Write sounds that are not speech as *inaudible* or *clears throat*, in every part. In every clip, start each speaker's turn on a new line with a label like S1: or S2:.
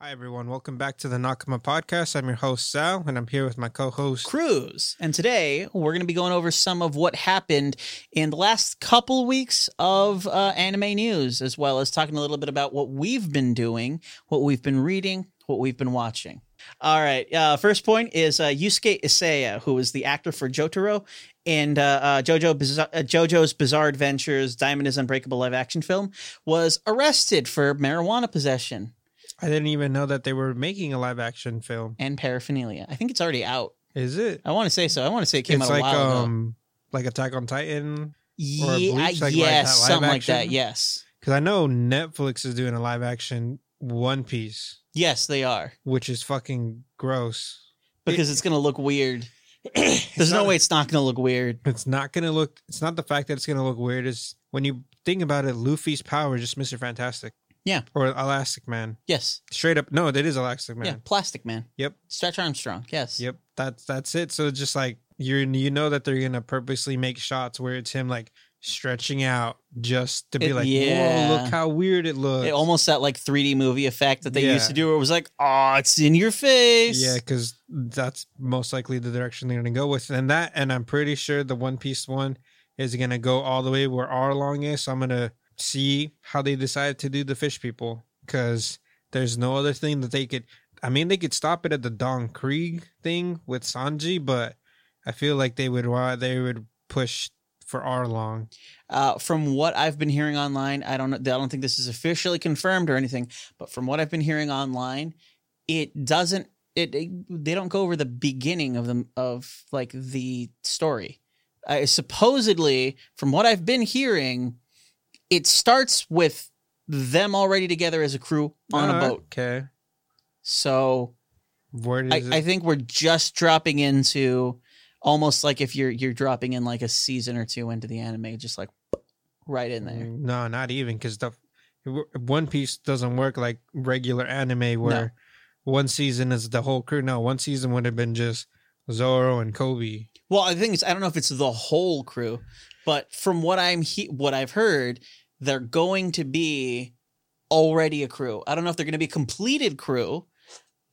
S1: Hi, everyone. Welcome back to the Nakama Podcast. I'm your host, Sal, and I'm here with my co host.
S2: Cruise. And today we're going to be going over some of what happened in the last couple weeks of uh, anime news, as well as talking a little bit about what we've been doing, what we've been reading, what we've been watching. All right. Uh, first point is uh, Yusuke Isaya, who is the actor for Jotaro and uh, uh, Jojo Bizar- uh, JoJo's Bizarre Adventures: Diamond is Unbreakable live action film, was arrested for marijuana possession
S1: I didn't even know that they were making a live action film.
S2: and paraphernalia. I think it's already out.
S1: Is it?
S2: I want to say so. I want to say it came
S1: it's
S2: out a
S1: like
S2: while ago.
S1: um like Attack on Titan.
S2: Yeah,
S1: Bleach, like, like that
S2: yes,
S1: live
S2: something like that.
S1: action?
S2: Yes,
S1: Because I know Netflix is doing a live action One Piece,
S2: yes, they are
S1: which is fucking gross.
S2: because it's gonna
S1: *coughs*
S2: look weird.
S1: There's
S2: There's no way it's not gonna look weird.
S1: It's not gonna look it's not the fact that it's gonna look weird, it's when you think about it, Luffy's power is just Mr. Fantastic.
S2: Yeah.
S1: Or Elastic Man.
S2: Yes,
S1: Straight up no, that is Elastic Man.
S2: yeah, Plastic Man.
S1: Yep.
S2: Stretch Armstrong. Yes.
S1: Yep, that's that's it. So it's just like you you know that they're gonna purposely make shots where it's him like stretching out just to be
S2: It-
S1: like,
S2: yeah.
S1: whoa, look how weird it looks.
S2: It almost that like 3D movie effect that they
S1: Yeah.
S2: used to do, where it was like, "Oh, it's in your face."
S1: yeah, because that's most likely the direction they're gonna go with, and that, and I'm pretty sure the One Piece one is gonna go all the way where Arlong is. So I'm gonna see how they decide to do the fish people, because there's no other thing that they could. I mean, they could stop it at the Don Krieg thing with Sanji, but I feel like they would wa- they would push for Arlong.
S2: Uh, from what I've been hearing online, I don't know. I don't think this is officially confirmed or anything, but from what I've been hearing online, it doesn't. It, it- they don't go over the beginning of the of like the story. I supposedly, from what I've been hearing, it starts with them already together as a crew on a
S1: Uh,
S2: boat.
S1: Okay,
S2: So
S1: where
S2: I,
S1: does it?
S2: I think we're just dropping into almost like if you're you're dropping in like a season or two into the anime, just like right in there.
S1: Mm, No, not even because the One Piece doesn't work like regular anime where one season is the whole crew. No, one season would have been just Zoro and Kobe.
S2: Well, I think it's I don't know if it's the whole crew, but from what I'm he- what I've heard, they're going to be already a crew. I don't know if they're going to be a completed crew,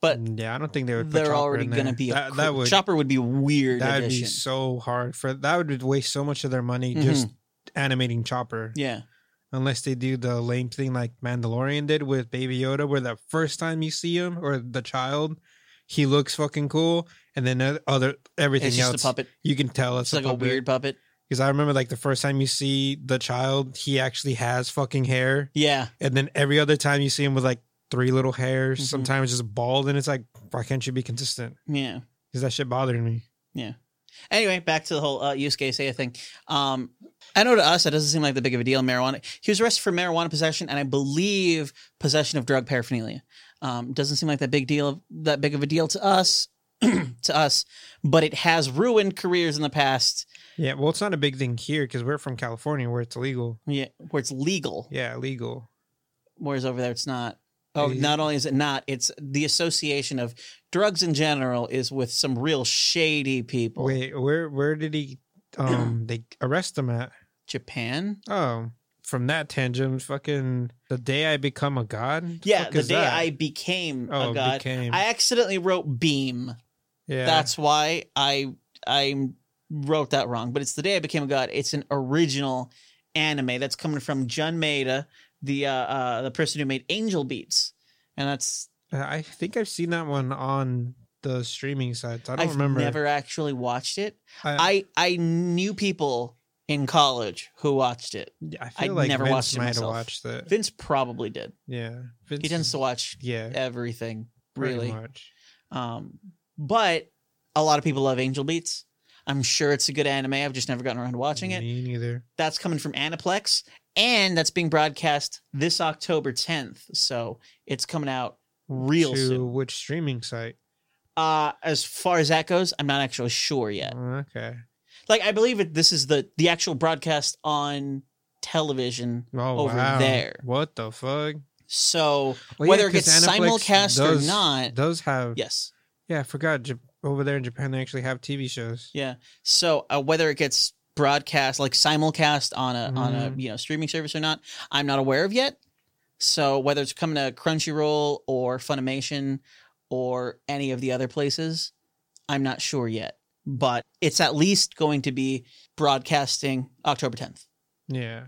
S2: but
S1: yeah, I don't think they would. put
S2: they're
S1: Chopper
S2: already
S1: in
S2: going to
S1: there.
S2: be a
S1: that,
S2: crew.
S1: that would
S2: Chopper would be a weird
S1: that would be
S2: addition.
S1: so hard for that would waste so much of their money just animating Chopper.
S2: Mm-hmm. yeah.
S1: Unless they do the lame thing like Mandalorian did with Baby Yoda, where the first time you see him or the child, he looks fucking cool, and then the other everything
S2: It's just
S1: else
S2: a puppet.
S1: you can tell it's,
S2: It's like a
S1: puppet.
S2: weird puppet.
S1: Because I remember like the first time you see the child, he actually has fucking hair.
S2: Yeah.
S1: And then every other time you see him with like three little hairs,
S2: Mhm.
S1: sometimes just bald. And it's like, why can't you be consistent?
S2: Yeah.
S1: Because that shit bothered me.
S2: Anyway, back to the whole uh, Yusuke Seiya thing. Um, I know to us that doesn't seem like that big of a deal. Marijuana. He was arrested for marijuana possession and I believe possession of drug paraphernalia. Um, doesn't seem like that big deal. That big of a deal to us. *clears throat* to us, but it has ruined careers in the past.
S1: Yeah. Well, it's not a big thing here because we're from California where it's illegal.
S2: Yeah, where it's legal,
S1: Yeah, illegal.
S2: whereas over there it's not. Oh,
S1: Yeah.
S2: not only is it not, it's the association of drugs in general is with some real shady people.
S1: Wait, where where did he um
S2: *clears throat*
S1: they arrest him at?
S2: Japan.
S1: Oh, from that tangent, fucking the day I become a god?
S2: Yeah,
S1: fuck
S2: the
S1: is
S2: day
S1: that?
S2: I became
S1: oh,
S2: a god,
S1: became.
S2: I accidentally wrote beam.
S1: yeah.
S2: That's why I I wrote that wrong. But it's the day I became a god. It's an original anime that's coming from Jun Maeda, the uh, uh the person who made Angel Beats, and that's
S1: Uh, I think I've seen that one on the streaming sites. I don't
S2: I've
S1: remember.
S2: never actually watched it.
S1: I,
S2: I I knew people in college who watched it.
S1: I
S2: I
S1: feel like
S2: never
S1: Vince
S2: watched it
S1: might have
S2: myself.
S1: watched it.
S2: Vince probably did.
S1: Yeah, Vince,
S2: He tends to watch
S1: Yeah,
S2: everything,
S1: pretty
S2: really.
S1: much.
S2: Um, but a lot of people love Angel Beats. I'm sure it's a good anime. I've just never gotten around to watching it.
S1: Me neither.
S2: That's coming from Aniplex, and that's being broadcast this October 10th. So it's coming out real
S1: to
S2: soon.
S1: which streaming site?
S2: Uh, as far as that goes, I'm not actually sure yet.
S1: Oh, Okay.
S2: Like I believe it, this is the the actual broadcast on television.
S1: Oh,
S2: Over
S1: wow.
S2: there.
S1: What the fuck?
S2: So
S1: Well, yeah,
S2: whether it
S1: 'cause
S2: gets
S1: Aniplex
S2: simulcast or
S1: does-
S2: not,
S1: does have. Yeah,
S2: yes,
S1: I forgot. Jap- over there in Japan, they actually have TV shows.
S2: yeah. So uh, whether it gets broadcast like simulcast on a on a you know streaming service or not, I'm not aware of yet. So whether it's coming to Crunchyroll or Funimation or any of the other places, I'm not sure yet. But it's at least going to be broadcasting October 10th.
S1: Yeah.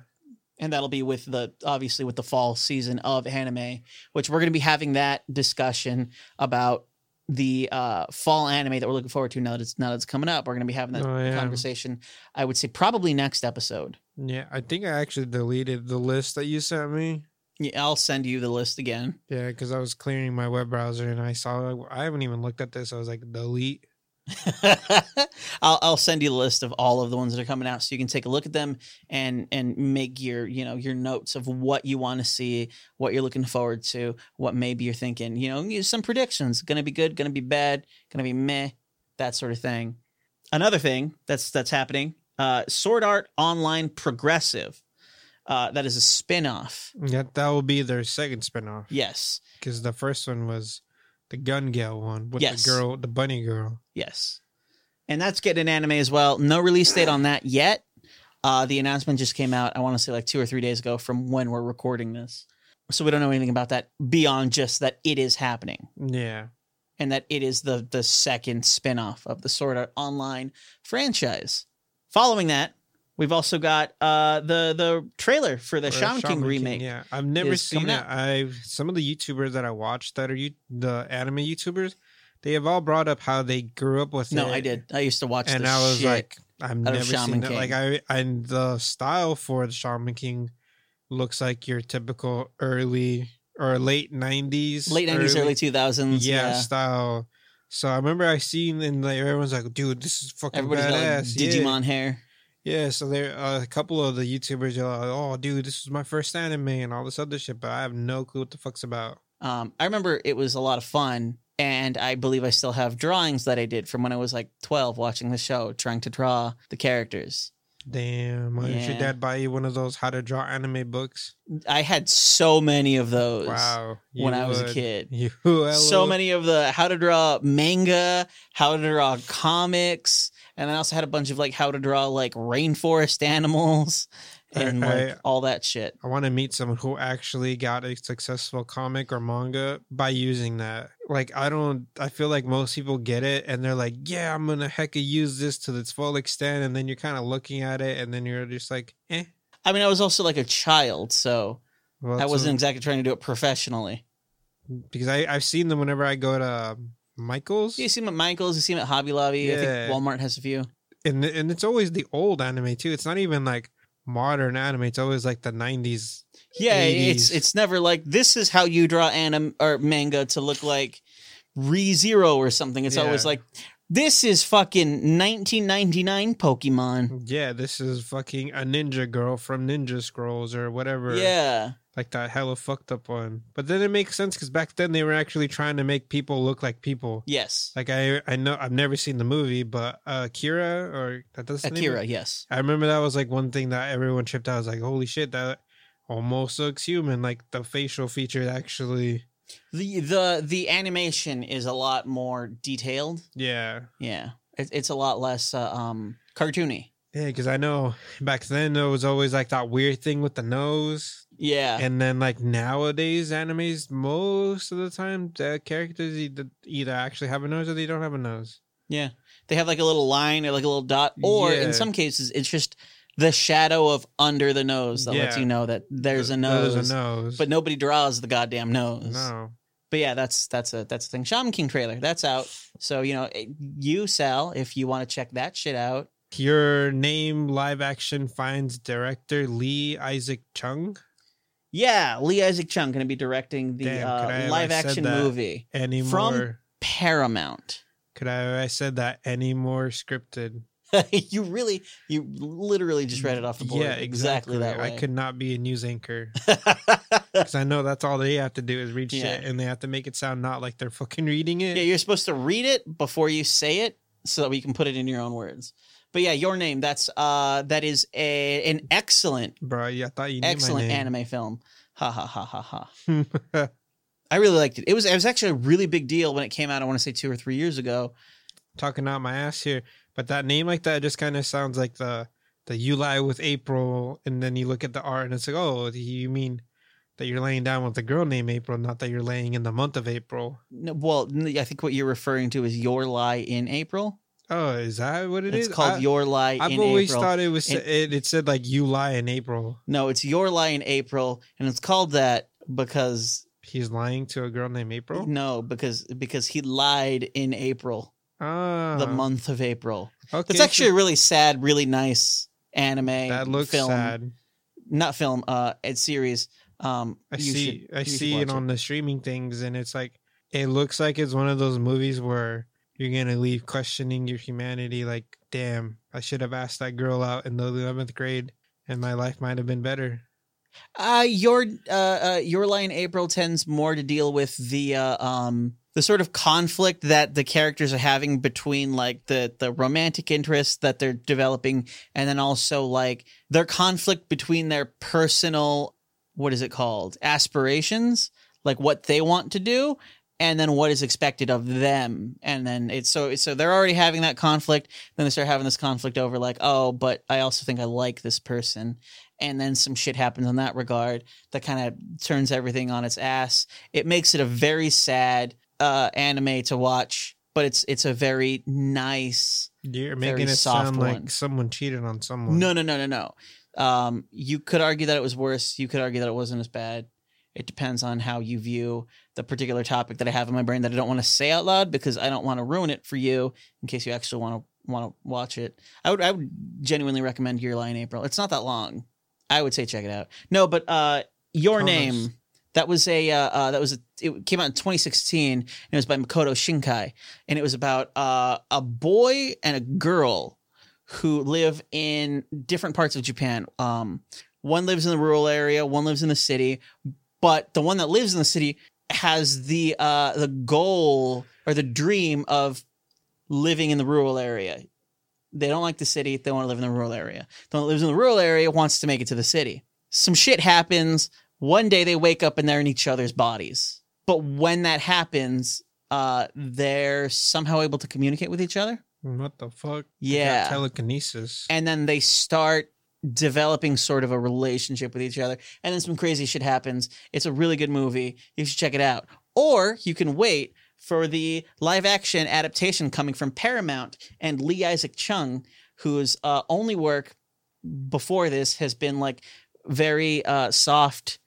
S2: And that'll be with the obviously with the fall season of anime, which we're going to be having that discussion about the uh, fall anime that we're looking forward to now that it's now that it's coming up. We're going to be having that
S1: Oh, yeah.
S2: conversation. I would say probably next episode.
S1: Yeah. I think I actually deleted the list that you sent me.
S2: Yeah, I'll send you the list again.
S1: Yeah, because I was clearing my web browser and I saw I haven't even looked at this. I was like, delete.
S2: *laughs* I'll, I'll send you the list of all of the ones that are coming out, so you can take a look at them and and make your you know your notes of what you want to see, what you're looking forward to, what maybe you're thinking. You know, use some predictions. Going to be good. Going to be bad. Going to be meh. That sort of thing. Another thing that's that's happening. Uh, Sword Art Online Progressive. Uh, that is a spin-off.
S1: That that will be their second spinoff.
S2: Yes.
S1: Because the first one was the Gun Gale one with
S2: Yes.
S1: the girl, the bunny girl.
S2: Yes. And that's getting an anime as well. No release date on that yet. Uh, the announcement just came out, I want to say like two or three days ago from when we're recording this. So we don't know anything about that beyond just that it is happening
S1: Yeah.
S2: and that it is the the second spin-off of the Sword Art Online franchise. Following that, we've also got uh, the the trailer for the
S1: Or
S2: Shaman, King remake.
S1: Yeah, I've never
S2: is
S1: seen
S2: coming
S1: that.
S2: out.
S1: I've some of the YouTubers that I watch that are you the anime YouTubers, they have all brought up how they grew up with.
S2: No,
S1: it,
S2: I did. I used to watch
S1: and
S2: the
S1: I was
S2: shit.
S1: like, I've
S2: out of
S1: never
S2: Shaman
S1: seen that. Like I and the style for the Shaman King looks like your typical early or late nineties,
S2: late 90s, early 2000s.
S1: yeah, style. So I remember I seen and like everyone's like, dude, this is fucking
S2: Everybody's
S1: badass.
S2: got like
S1: yeah.
S2: Digimon hair.
S1: Yeah, so there uh, a couple of the YouTubers are like, "Oh, dude, this is my first anime and all this other shit," but I have no clue what the fuck's about.
S2: Um, I remember it was a lot of fun, and I believe I still have drawings that I did from when I was like 12 watching the show, trying to draw the characters.
S1: Damn, why didn't
S2: Yeah.
S1: your dad buy you one of those how to draw anime books?
S2: I had so many of those
S1: Wow, you
S2: when I was a
S1: would.
S2: kid.
S1: *laughs* you
S2: So
S1: would.
S2: many of the how to draw manga, how to draw comics, and I also had a bunch of like how to draw like rainforest animals
S1: *laughs*
S2: and
S1: I- I-
S2: like all that shit.
S1: I want to meet someone who actually got a successful comic or manga by using that. Like, I don't, I feel like most people get it and they're like, yeah, I'm going to hecka use this to its full extent. And then you're kind of looking at it and then you're just like, eh.
S2: I mean, I was also like a child, so
S1: Well,
S2: I
S1: that's
S2: wasn't exactly trying to do it professionally.
S1: what- because I, I've seen them whenever I go to um, Michael's.
S2: You see them at Michaels, you see them at Hobby Lobby. I
S1: Yeah.
S2: think Walmart has a few.
S1: And, and it's always the old anime too. It's not even like modern anime, it's always like the 90s.
S2: Yeah, it's
S1: 80s.
S2: it's never like this is how you draw anime or manga to look like Re Zero or something. It's always
S1: Yeah.
S2: like this is fucking 1999 Pokemon.
S1: Yeah, this is fucking a ninja girl from Ninja Scrolls or whatever.
S2: Yeah,
S1: like that hella fucked up one. But then it makes sense because back then they were actually trying to make people look like people.
S2: yes,
S1: Like I, I know I've never seen the movie, but uh, Akira or that doesn't
S2: Akira, yes.
S1: I remember that was like one thing that everyone tripped out. I was like, holy shit, that almost looks human. Like the facial features actually.
S2: The the the animation is a lot more detailed.
S1: Yeah,
S2: Yeah, it, it's a lot less uh, um cartoony.
S1: yeah. Because I know back then there was always like that weird thing with the nose.
S2: Yeah,
S1: And then, like nowadays, animes most of the time, the characters either- either actually have a nose or they don't have a nose.
S2: Yeah. They have like a little line or like a little dot. Or
S1: Yeah.
S2: in some cases, it's just the shadow of under the nose that lets
S1: Yeah.
S2: you know that there's a
S1: There's
S2: nose.
S1: a nose.
S2: But nobody draws the goddamn nose.
S1: No.
S2: But yeah, that's that's a that's the thing. Shaman King trailer, that's out. So you know, it- you Sal, if you want to check that shit out.
S1: Your name live action finds director Lee Isaac Chung,
S2: Yeah, Lee Isaac Chung going to be directing the
S1: Damn, could I
S2: uh,
S1: have
S2: live
S1: said
S2: action
S1: that?
S2: movie
S1: Any
S2: From-
S1: more?
S2: Paramount. *laughs*
S1: Could I have I said that? Any more scripted?
S2: you really, you literally just read it off the board.
S1: Yeah, exactly.
S2: that way.
S1: I could not be a news
S2: *laughs*
S1: anchor because I know that's all they have to do is read shit,
S2: Yeah.
S1: and they have to make it sound not like they're fucking reading it.
S2: Yeah, you're supposed to read it before you say it so that we can put it in your own words. But yeah, your name. That's uh that is a an excellent,
S1: Bro, yeah, I thought you knew my
S2: excellent
S1: name.
S2: anime film. Ha ha ha ha ha.
S1: *laughs* anime.
S2: I really liked it. It was it was actually a really big deal when it came out, I want to say two or three years ago.
S1: Talking out my ass here, but that name like that just kind of sounds like the the you lie with April, and then you look at the art and it's like, oh, you mean that you're laying down with a girl named April, not that you're laying in the month of April.
S2: No, well, n- I think what you're referring to is your lie in April.
S1: Oh, is that what it
S2: it's
S1: is?
S2: called
S1: I,
S2: your lie in
S1: I've
S2: April.
S1: always thought it was
S2: And-
S1: it, it said like you lie in April.
S2: no, it's your lie in April, and it's called that because
S1: He's lying to a girl named April.
S2: no, because because he lied in April,
S1: Ah,
S2: the month of April.
S1: Okay,
S2: That's
S1: so
S2: actually a really sad, really nice anime.
S1: that looks
S2: film,
S1: sad.
S2: not film, uh, a series. Um,
S1: I
S2: you
S1: see.
S2: should-
S1: I
S2: you should
S1: see it
S2: watch
S1: on the streaming things, and it's like it looks like it's one of those movies where you're gonna leave questioning your humanity. Like, damn, I should have asked that girl out in the eleventh grade, and my life might have been better.
S2: Uh, your uh, uh, your line April tends more to deal with the uh, um the sort of conflict that the characters are having between like the the romantic interest that they're developing and then also like their conflict between their personal what is it called aspirations like what they want to do and then what is expected of them and then it's so so they're already having that conflict then they start having this conflict over like oh but i also think i like this person and then some shit happens in that regard that kind of turns everything on its ass. It makes it a very sad uh, anime to watch, but it's it's a very nice.
S1: You're
S2: Very
S1: making it
S2: soft
S1: sound
S2: one.
S1: like someone cheated on someone.
S2: No, no, no, no, no. Um, you could argue that it was worse. You could argue that it wasn't as bad. It depends on how you view the particular topic that I have in my brain that I don't want to say out loud because I don't want to ruin it for you in case you actually want to want to watch it. I would I would genuinely recommend Your Lie in April. It's not that long. I would say check it out. No, but uh, Your
S1: Promise.
S2: Name that was a uh, uh, that was a, it came out in 2016 and it was by Makoto Shinkai and it was about uh, a boy and a girl who live in different parts of Japan. Um, one lives in the rural area, one lives in the city, but the one that lives in the city has the uh the goal or the dream of living in the rural area. They don't like the city, they want to live in the rural area. The one that lives in the rural area wants to make it to the city. Some shit happens. One day they wake up and they're in each other's bodies. But when that happens, uh they're somehow able to communicate with each other.
S1: What the fuck? They got
S2: Yeah
S1: telekinesis.
S2: and then they start developing sort of a relationship with each other and then some crazy shit happens it's a really good movie you should check it out or you can wait for the live action adaptation coming from paramount and lee isaac chung whose uh, only work before this has been like very uh, soft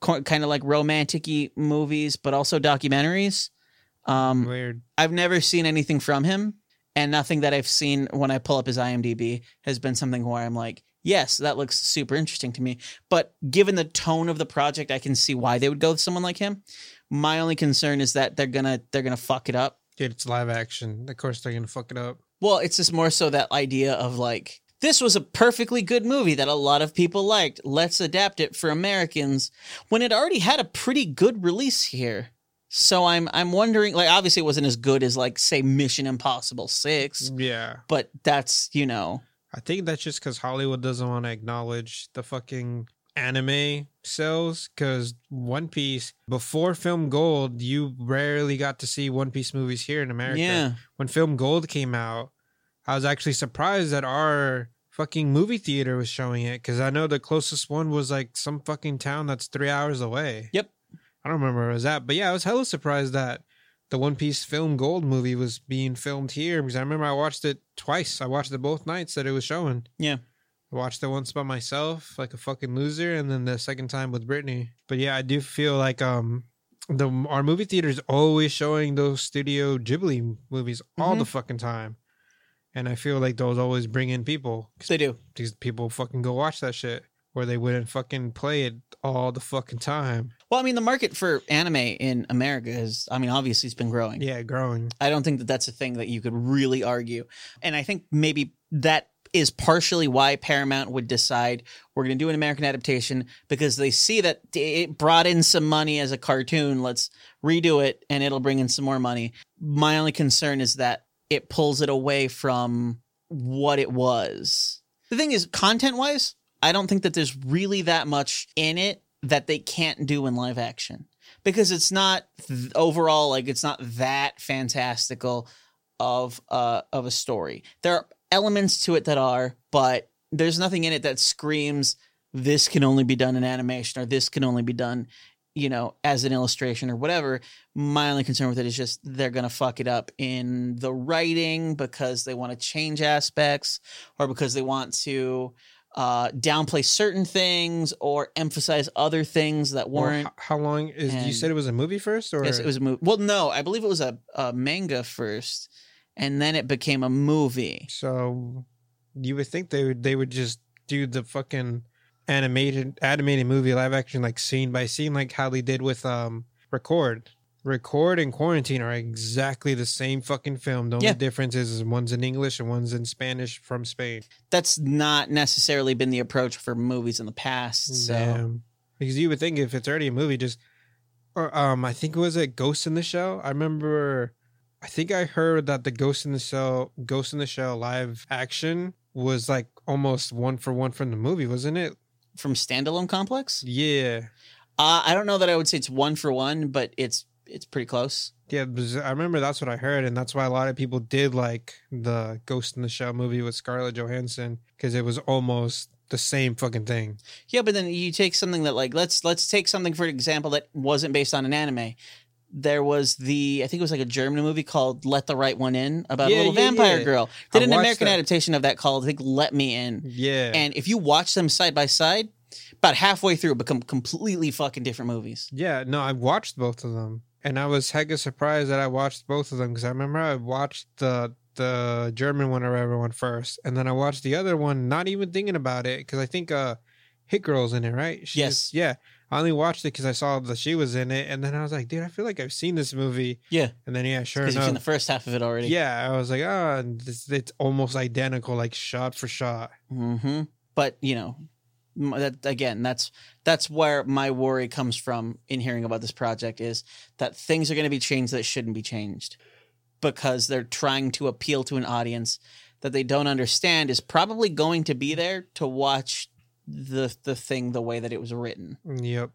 S2: kind of like romantic-y movies but also documentaries um,
S1: Weird.
S2: I've never seen anything from him, and nothing that I've seen when I pull up his IMDb has been something where I'm like, yes, that looks super interesting to me. But given the tone of the project, I can see why they would go with someone like him. My only concern is that they're gonna they're gonna fuck it up.
S1: Dude, it's live action. Of course they're gonna fuck it up.
S2: Well, it's just more so that idea of like this was a perfectly good movie that a lot of people liked. Let's adapt it for Americans when it already had a pretty good release here. So I'm I'm wondering like obviously it wasn't as good as like say Mission Impossible 6
S1: Yeah.
S2: but that's you know
S1: I think that's just because Hollywood doesn't want to acknowledge the fucking anime sales. Because One Piece, before Film Gold, you rarely got to see One Piece movies here in America.
S2: yeah
S1: When Film Gold came out, I was actually surprised that our fucking movie theater was showing it. Because I know the closest one was like some fucking town that's three hours away.
S2: Yep.
S1: I don't remember where it was at. But yeah, I was hella surprised that. The One Piece Film Gold movie was being filmed here because I remember I watched it twice. I watched it both nights that it was showing. I watched it once by myself, like a fucking loser, and then the second time with Brittany. But yeah, I do feel like um the our movie theater's always showing those Studio Ghibli movies all the fucking time, and I feel like those always bring in people
S2: they do
S1: because people fucking go watch that shit, or they wouldn't fucking play it all the fucking time.
S2: well i mean the market for anime in america is i mean obviously it's been growing
S1: Yeah, growing.
S2: i don't think that that's a thing that you could really argue and i think maybe that is partially why paramount would decide we're going to do an american adaptation because they see that it brought in some money as a cartoon let's redo it and it'll bring in some more money my only concern is that it pulls it away from what it was. The thing is, content wise, I don't think that there's really that much in it that they can't do in live action because it's not th- overall like it's not that fantastical of uh of a story. There are elements to it that are, but there's nothing in it that screams this can only be done in animation or this can only be done you know as an illustration or whatever my only concern with it is just they're going to fuck it up in the writing because they want to change aspects or because they want to uh, downplay certain things or emphasize other things that
S1: Or
S2: weren't
S1: h- how long is? you
S2: and-
S1: said it was a movie first, or
S2: Yes, it was a movie. Well, no, I believe it was a, a manga first, and then it became a movie.
S1: So you would think they would they would just do the fucking animated animated movie live action like scene by scene like how they did with um record. Record and quarantine are exactly the same fucking film. The only
S2: Yeah.
S1: difference is one's in English and one's in Spanish from Spain.
S2: That's not necessarily been the approach for movies in the past. So
S1: Damn. because you would think if it's already a movie, just or um, I think it was a Ghost in the Shell. I remember, I think I heard that the Ghost in the Shell, Ghost in the Shell live action was like almost one for one from the movie, wasn't it?
S2: from standalone complex,
S1: Yeah,
S2: uh, I don't know that I would say it's one for one, but it's it's pretty close.
S1: yeah. because I remember that's what I heard, and that's why a lot of people did like the Ghost in the Shell movie with Scarlett Johansson because it was almost the same fucking thing.
S2: Yeah, but then you take something that like let's let's take something for example that wasn't based on an anime. There was the I think it was like a German movie called Let the Right One In about
S1: Yeah,
S2: a little
S1: yeah,
S2: vampire
S1: yeah.
S2: girl.
S1: I
S2: Did an
S1: watched
S2: American
S1: that.
S2: adaptation of that called I think Let Me In.
S1: Yeah,
S2: And if you watch them side by side, about halfway through become completely fucking different movies.
S1: Yeah, no, I watched both of them, and I was hecka surprised that I watched both of them because I remember I watched the the German one or whatever one first, and then I watched the other one, not even thinking about it because I think uh, Hit Girl's in it, right? She's,
S2: Yes.
S1: Yeah, I only watched it because I saw that she was in it, and then I was like, dude, I feel like I've seen this movie.
S2: Yeah.
S1: And then yeah, sure
S2: Because you've seen the
S1: enough.
S2: first half of it already.
S1: Yeah, I was like, ah, oh, it's, it's almost identical, like shot for shot.
S2: hmm But you know, m- that again, that's that's where my worry comes from in hearing about this project is that things are going to be changed that shouldn't be changed because they're trying to appeal to an audience that they don't understand is probably going to be there to watch the the thing the way that it was written.
S1: Yep.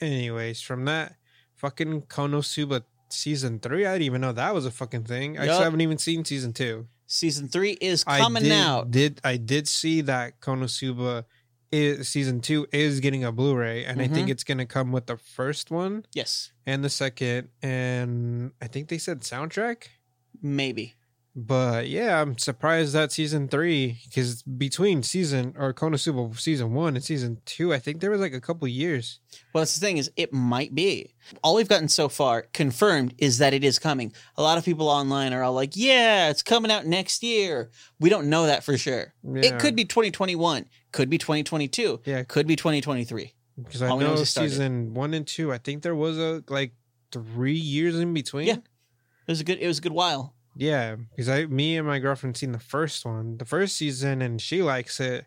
S1: Anyways, from that fucking Konosuba season three, I didn't even know that was a fucking thing. I
S2: Yup.
S1: still haven't even seen season two.
S2: Season three is
S1: I
S2: coming
S1: did,
S2: out.
S1: Did I did see that Konosuba is, season two is getting a Blu-ray, and
S2: Mm-hmm.
S1: I think it's gonna come with the first one
S2: Yes,
S1: and the second, and I think they said soundtrack.
S2: maybe.
S1: But yeah, I'm surprised that season three, because between season or Konosuba season one and season two, I think there was like a couple years.
S2: Well, that's the thing is, it might be. All we've gotten so far confirmed is that it is coming. A lot of people online are all like, "Yeah, it's coming out next year." We don't know that for sure.
S1: Yeah.
S2: It could be 2021, could be 2022,
S1: Yeah,
S2: could be 2023.
S1: Because I
S2: All we know
S1: know
S2: is it started.
S1: season one and two, I think there was a like three years in between.
S2: Yeah. It was a good. It was a good while.
S1: Yeah. Because I me and my girlfriend seen the first one, the first season, and she likes it.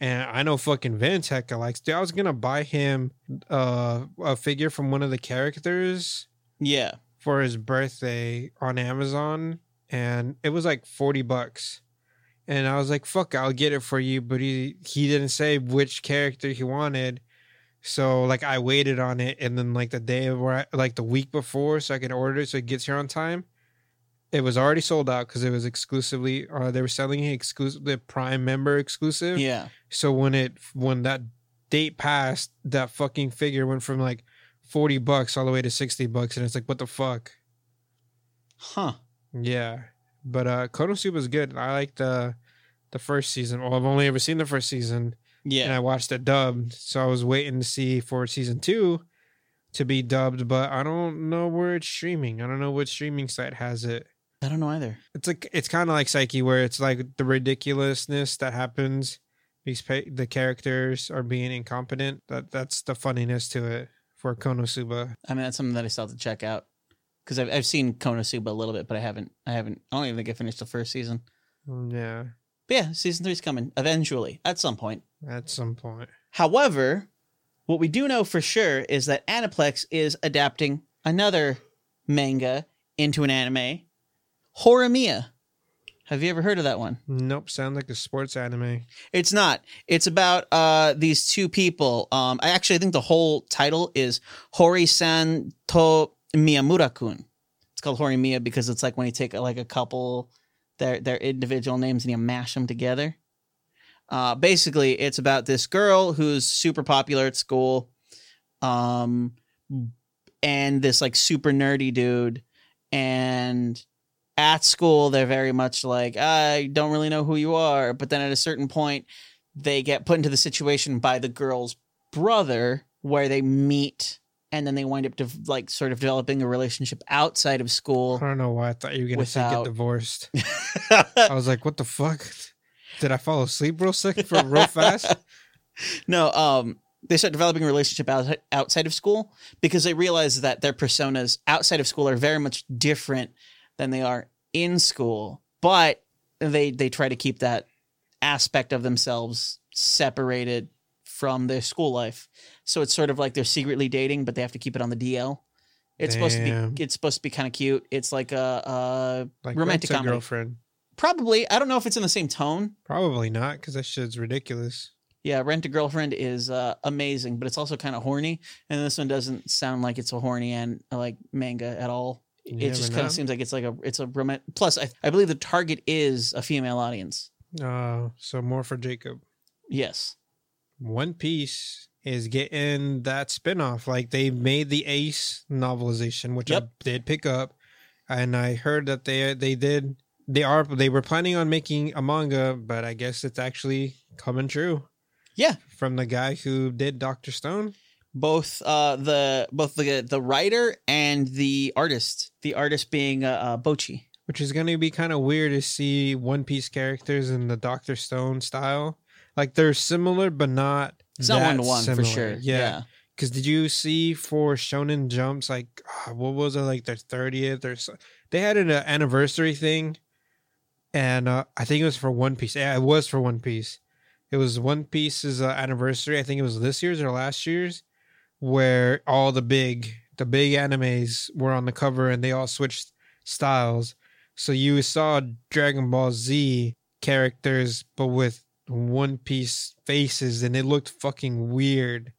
S1: And I know fucking Vince Hecka likes dude, I was gonna buy him uh, a figure from one of the characters
S2: Yeah,
S1: for his birthday on Amazon and it was like 40 bucks. And I was like, fuck, I'll get it for you. But he, he didn't say which character he wanted. So like I waited on it and then like the day where I, like the week before so I could order it so it gets here on time. It was already sold out because it was exclusively uh, they were selling it exclusive the prime member exclusive.
S2: yeah.
S1: So when it when that date passed, that fucking figure went from like forty bucks all the way to sixty bucks, and it's like, what the fuck?
S2: Huh.
S1: Yeah, but uh, Konosuba is good. I like the the first season. Well, I've only ever seen the first season, and
S2: Yeah.
S1: I watched it dubbed. So I was waiting to see for season two to be dubbed, but I don't know where it's streaming. I don't know what streaming site has it.
S2: I don't know either.
S1: It's like it's kind of like Psyche, where it's like the ridiculousness that happens. These pa- the characters are being incompetent. That that's the funniness to it for Konosuba.
S2: I mean, that's something that I still have to check out because I've I've seen Konosuba a little bit, but I haven't. I haven't. I don't even think I finished the first season.
S1: Mm, Yeah,
S2: But yeah, season three's coming eventually at some point.
S1: at some point.
S2: However, what we do know for sure is that Aniplex is adapting another manga into an anime, Horimiya. Have you ever heard of that one?
S1: Nope, sounds like a sports anime.
S2: It's not. It's about uh, these two people. Um, I actually think the whole title is Hori-san to Miyamura-kun. It's called Horimiya because it's like when you take like a couple, their their individual names and you mash them together. Uh, basically, it's about this girl who's super popular at school, um, and this like super nerdy dude. And at school, they're very much like, I don't really know who you are. But then at a certain point, they get put into the situation by the girl's brother where they meet and then they wind up de- like sort of developing a relationship outside of
S1: I *laughs*
S2: school. *laughs*
S1: don't know why I thought you were gonna say
S2: Without-
S1: get
S2: *laughs*
S1: divorced. I was like, what the fuck? Did I fall asleep real sick for real
S2: *laughs*
S1: fast?
S2: no, um, they start developing a relationship out, outside of school because they realize that their personas outside of school are very much different than they are in school. But they they try to keep that aspect of themselves separated from their school life. So it's sort of like they're secretly dating, but they have to keep it on the DL. It's supposed to
S1: Damn.
S2: be it's supposed to be kind of cute. It's like a, a
S1: Like
S2: Romantic
S1: romantic
S2: comedy.
S1: girlfriend.
S2: probably I don't know if it's in the same tone.
S1: Probably not, because that shit's ridiculous.
S2: Yeah, Rent a Girlfriend is uh, amazing, but it's also kind of horny. And this one doesn't sound like it's a horny and like manga at all.
S1: You
S2: it
S1: never
S2: just kind
S1: know.
S2: of seems like it's like a it's a romance. Plus, I, I believe the target is a female audience.
S1: Uh, so more for Jacob.
S2: Yes,
S1: One Piece is getting that spinoff. Like they made the Ace novelization, which
S2: Yep.
S1: I did pick up, and I heard that they they did they are they were planning on making a manga, but I guess it's actually coming true.
S2: Yeah.
S1: from the guy who did Doctor Stone.
S2: both uh the both the the writer and the artist. The artist being uh, uh Bochi.
S1: which is going to be kind of weird to see One Piece characters in the Doctor Stone style. Like they're similar, but not.
S2: It's not
S1: that
S2: one to one for
S1: similar.
S2: sure.
S1: Yeah. Because did you see for Shonen Jumps, like, ah, what was it, like their 30th or so? They had an uh, anniversary thing. And uh, I think it was for One Piece. Yeah, it was for One Piece. It was One Piece's uh, anniversary. I think it was this year's or last year's, where all the big, the big animes were on the cover and they all switched styles. So you saw Dragon Ball Z characters, but with One Piece faces, and it looked fucking weird.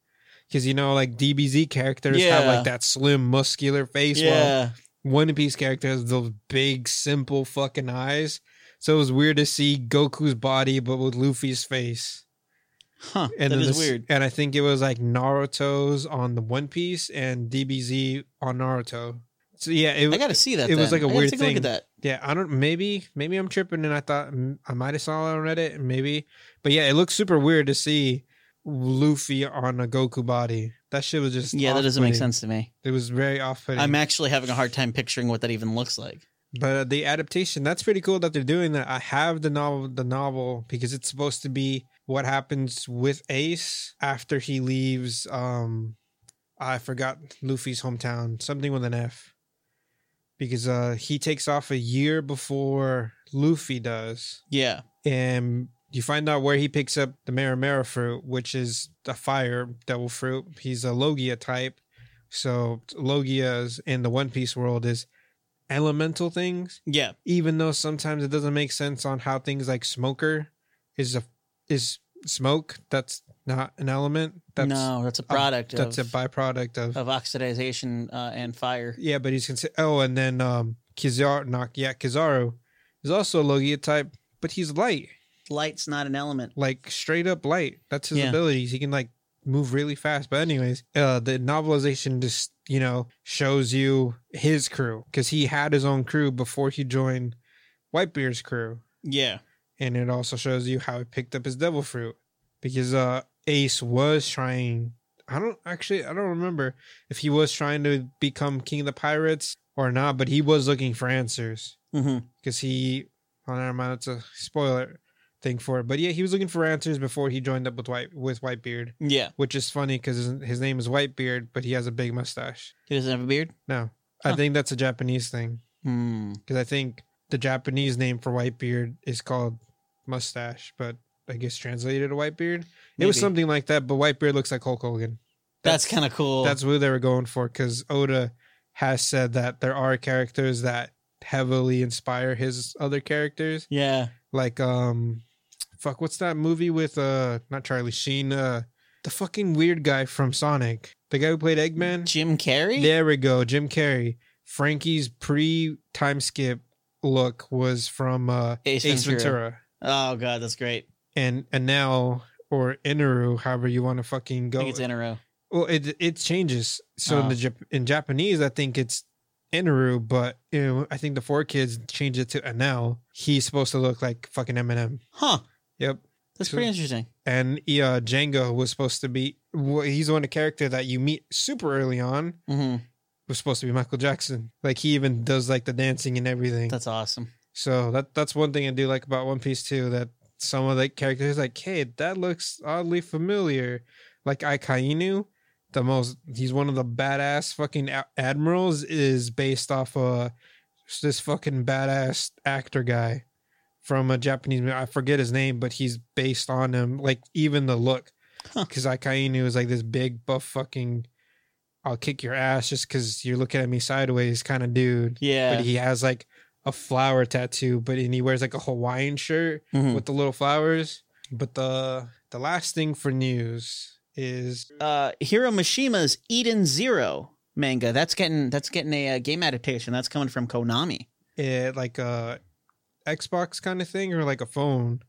S1: Because you know, like DBZ characters have
S2: Yeah.
S1: like that slim, muscular face. Well,
S2: yeah.
S1: One Piece characters has those big, simple fucking eyes. So it was weird to see Goku's body, but with Luffy's face.
S2: Huh.
S1: And
S2: that
S1: then
S2: is
S1: this-
S2: weird.
S1: And I think it was like Naruto's on the One Piece and DBZ on Naruto. So yeah, it,
S2: I gotta see that.
S1: it was
S2: then.
S1: like a
S2: I gotta
S1: weird
S2: take look
S1: thing.
S2: at that.
S1: yeah, I don't. Maybe, maybe I'm tripping, and I thought mm, I might have saw it on Reddit. Maybe, but yeah, it looks super weird to see Luffy on a Goku body. That shit was just
S2: Yeah, that doesn't make
S1: off-putting.
S2: sense to me.
S1: It was very off-putting.
S2: I'm actually having a hard time picturing what that even looks like.
S1: but uh, the adaptation that's pretty cool that they're doing that. I have the novel, the novel because it's supposed to be what happens with Ace after he leaves. Um, I forgot Luffy's hometown, something with an F, because uh, he takes off a year before Luffy does.
S2: Yeah.
S1: and you find out where he picks up the Marimara fruit, which is the fire devil fruit. He's a Logia type. So Logias in the One Piece world is elemental things,
S2: Yeah.
S1: even though sometimes it doesn't make sense on how things like smoker is a is smoke. That's not an element. That's
S2: no, that's a product.
S1: that's a
S2: of,
S1: byproduct of
S2: of oxidization uh, and fire.
S1: Yeah, but he's considered. Oh, and then um, Kizaru, not yeah, Kizaru is also a Logia type, but he's light.
S2: Light's not an element.
S1: like straight up light. That's his
S2: Yeah.
S1: abilities. He can like move really fast. But anyways, uh the novelization just, you know, shows you his crew cuz he had his own crew before he joined Whitebeard's crew.
S2: Yeah.
S1: And it also shows you how he picked up his devil fruit because uh Ace was trying I don't actually I don't remember if he was trying to become king of the pirates or not, but he was looking for answers
S2: hmm
S1: because he oh never mind it's a spoiler thing for it but yeah he was looking for answers before he joined up with white with whitebeard
S2: Yeah.
S1: which is funny because his, his name is whitebeard but he has a big mustache
S2: He doesn't have a beard.
S1: no
S2: Huh.
S1: i think that's a japanese thing
S2: Hmm.
S1: because i think the japanese name for whitebeard is called mustache but i guess translated to whitebeard it was
S2: Maybe.
S1: something like that but whitebeard looks like hulk hogan
S2: That's, kind of cool.
S1: that's what they were going for because Oda has said that there are characters that heavily inspire his other characters
S2: yeah.
S1: like um fuck what's that movie with uh not charlie sheen uh the fucking weird guy from sonic the guy who played eggman
S2: Jim Carrey.
S1: there we go jim carrey frankie's pre time skip look was from uh ace, ventura.
S2: Oh god, that's great.
S1: and Enel or Inaru, however you want to fucking
S2: I
S1: go.
S2: think it's in a row.
S1: well, it it changes. So in
S2: Oh.
S1: the Jap- in Japanese, I think it's Inaru, but you know, I think the four kids changed it to Enel. He's supposed to look like fucking Eminem.
S2: Huh.
S1: Yep.
S2: That's
S1: Sure.
S2: pretty interesting.
S1: And uh, Django was supposed to be. Well, he's the one character that you meet super early on.
S2: hmm
S1: Was supposed to be Michael Jackson. Like he even does like the dancing and everything.
S2: That's awesome.
S1: So that that's one thing I do like about One Piece too. That some of the characters like, hey, that looks oddly familiar. Like Aikainu, the most he's one of the badass fucking a- admirals is based off uh this fucking badass actor guy from a Japanese. I forget his name, but he's based on him. Like even the look,
S2: Huh.
S1: because Aikainu is like this big buff fucking. I'll kick your ass just because you're looking at me sideways, kind of dude
S2: Yeah.
S1: but he has like a flower tattoo, but and he wears like a Hawaiian shirt
S2: Mhm.
S1: with the little flowers. But the the last thing for news is
S2: uh, Hiro Mishima's Eden Zero manga. That's getting that's getting a, uh game adaptation. That's coming from Konami.
S1: it like a Xbox kind of thing or like a phone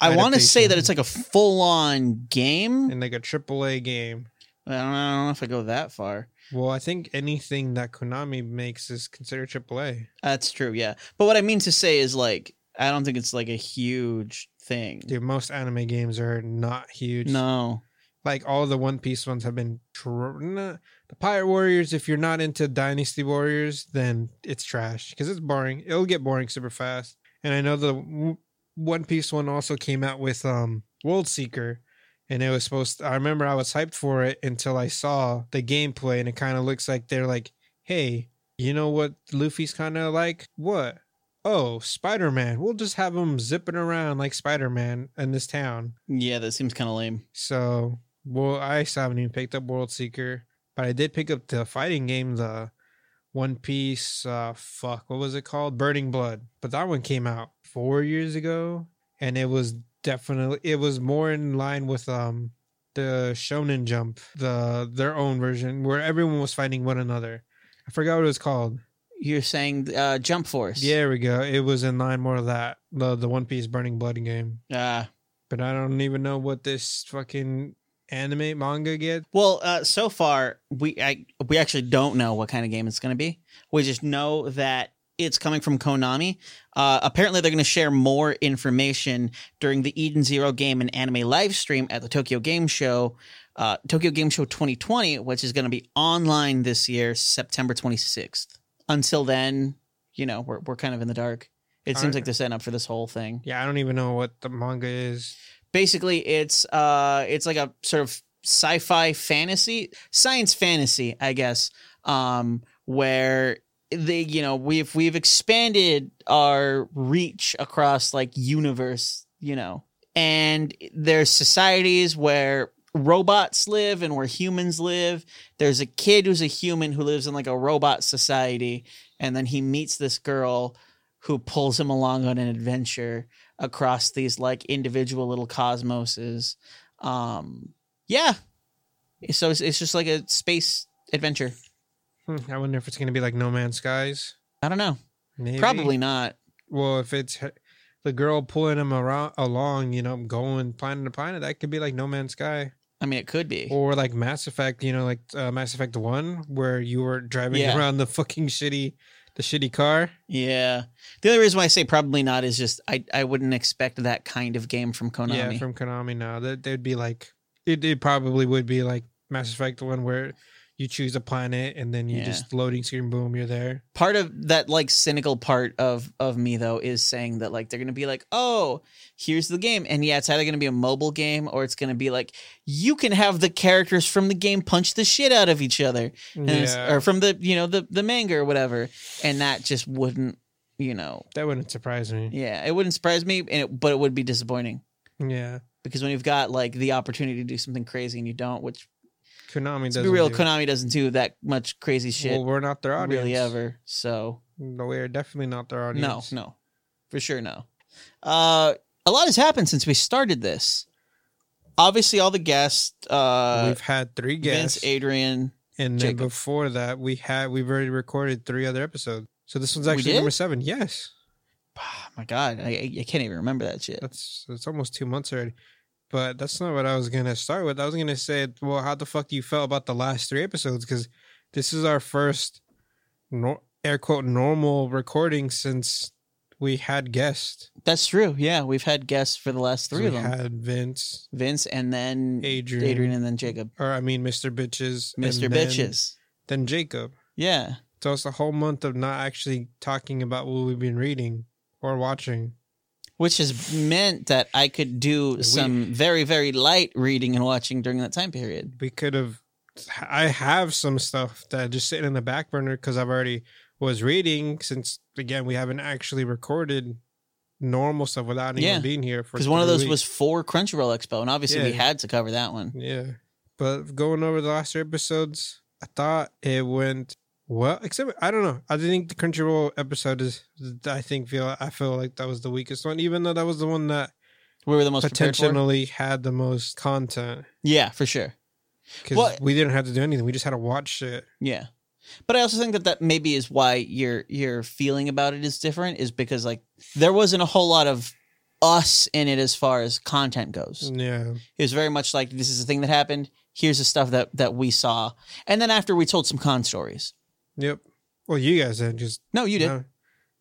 S2: I want to say
S1: Adaptation.
S2: that it's like a full on game.
S1: and like a AAA game.
S2: I don't, know, I don't know if I go that far.
S1: Well, I think anything that Konami makes is considered AAA.
S2: That's true, yeah. But what I mean to say is like I don't think it's like a huge thing.
S1: Dude, most anime games are not huge.
S2: No.
S1: Like all the One Piece ones have been. Tr- nah. the Pirate Warriors, if you're not into Dynasty Warriors, then it's trash because it's boring. It'll get boring super fast. And I know the w- One Piece one also came out with um World Seeker, and it was supposed. I remember I was hyped for it until I saw the gameplay, and it kind of looks like they're like, hey, you know what Luffy's kind of like? What? Oh, Spider Man. We'll just have him zipping around like Spider Man in this town.
S2: Yeah, that seems kind of lame.
S1: So, well, I still haven't even picked up World Seeker, but I did pick up the fighting game, the One Piece. Uh, fuck, what was it called? Burning Blood. But that one came out four years ago, and it was definitely it was more in line with um the Shonen Jump, the their own version where everyone was fighting one another. I forgot what it was called.
S2: You're saying uh, Jump Force.
S1: There we go. It was in line more of that the the One Piece Burning Blood game.
S2: Uh,
S1: But I don't even know what this fucking anime manga gets.
S2: well, uh, so far we I, we actually don't know what kind of game it's going to be. We just know that it's coming from Konami. Uh, apparently, they're going to share more information during the Eden Zero game and anime live stream at the Tokyo Game Show, uh, Tokyo Game Show 2020, which is going to be online this year, September 26th. Until then, you know, we're we're kind of in the dark. It
S1: All
S2: seems
S1: right.
S2: like they're setting up for this whole thing.
S1: Yeah, I don't even know what the manga is.
S2: basically it's uh it's like a sort of sci-fi fantasy science fantasy i guess um where they you know we've we've expanded our reach across like universe you know and there's societies where robots live and where humans live there's a kid who's a human who lives in like a robot society and then he meets this girl who pulls him along on an adventure across these like individual little cosmoses. Um, yeah. So it's, it's just like a space adventure.
S1: Hmm, I wonder if it's going to be like No Man's Skies.
S2: I don't know.
S1: Maybe.
S2: Probably not.
S1: Well, if it's her- the girl pulling him around along, you know, going planet to planet, that could be like No Man's Sky
S2: I mean, it could be.
S1: or like Mass Effect. You know, like uh, Mass Effect One, where you were driving
S2: Yeah.
S1: around the fucking shitty, the shitty car.
S2: yeah. The other reason why I say probably not is just I, I wouldn't expect that kind of game from Konami.
S1: Yeah, from Konami. Now that they'd be like, it, it probably would be like Mass Effect One, where you choose a planet and then you
S2: Yeah.
S1: just loading screen, boom, you're there.
S2: part of that like cynical part of of me though is saying that like they're gonna be like oh here's the game and yeah it's either gonna be a mobile game or it's gonna be like you can have the characters from the game punch the shit out of each other and it's-
S1: Yeah,
S2: or from the you know the the manga or whatever and that just wouldn't you know
S1: that wouldn't surprise me.
S2: yeah it wouldn't surprise me and it, but it would be disappointing
S1: Yeah.
S2: because when you've got like the opportunity to do something crazy and you don't which
S1: Konami
S2: to
S1: doesn't
S2: be real
S1: do-
S2: konami doesn't do that much crazy shit
S1: Well, we're not their audience.
S2: really ever so
S1: No, we're definitely not their audience.
S2: No, no, for sure, no. Uh, a lot has happened since we started this. Obviously, all the guests, uh,
S1: We've had three
S2: Vince,
S1: guests,
S2: Adrian.
S1: and then
S2: Jacob.
S1: before that, we had we've already recorded three other episodes. So this one's
S2: We
S1: actually
S2: did?
S1: number seven. Yes,
S2: Ah, my god, I, I- I can't even remember that shit.
S1: That's that's almost two months already. But that's not what I was gonna start with. I was gonna say, well, how the fuck do you feel about the last three episodes? Because this is our first, nor- air quote, normal recording since we had guests.
S2: That's true. Yeah, we've had guests for the last three
S1: we
S2: of them:
S1: had Vince,
S2: Vince, and then
S1: Adrian,
S2: Adrian. and then Jacob,
S1: or I mean, Mr. Bitches, and
S2: Mister
S1: then-
S2: Bitches.
S1: then Jacob.
S2: Yeah,
S1: So it's a whole month of not actually talking about what we've been reading or watching.
S2: which has meant that I could do
S1: We-
S2: some very very light reading and watching during that time period.
S1: we could have i have some stuff that just sitting in the back burner because i've already was reading since again we haven't actually recorded normal stuff without anyone
S2: Yeah.
S1: being here for
S2: Because one of
S1: three
S2: those was
S1: weeks.
S2: for Crunchyroll Expo, and obviously we
S1: Yeah.
S2: had to cover that one.
S1: yeah but going over the last three episodes i thought it went well except i don't know i think the crunchyroll episode is i think feel i feel like that was the weakest one even though that was the one that
S2: We were the most prepared for.
S1: potentially had the most content
S2: Yeah, for sure.
S1: because
S2: Well-
S1: we didn't have to do anything we just had to watch it
S2: Yeah. But I also think that that maybe is why your your feeling about it is different is because like there wasn't a whole lot of us in it as far as content goes.
S1: yeah
S2: It was very much like this is the thing that happened. Here's the stuff that that we saw, and then after we told some con stories.
S1: Yep. Well, you guys didn't just
S2: No, you did.
S1: No.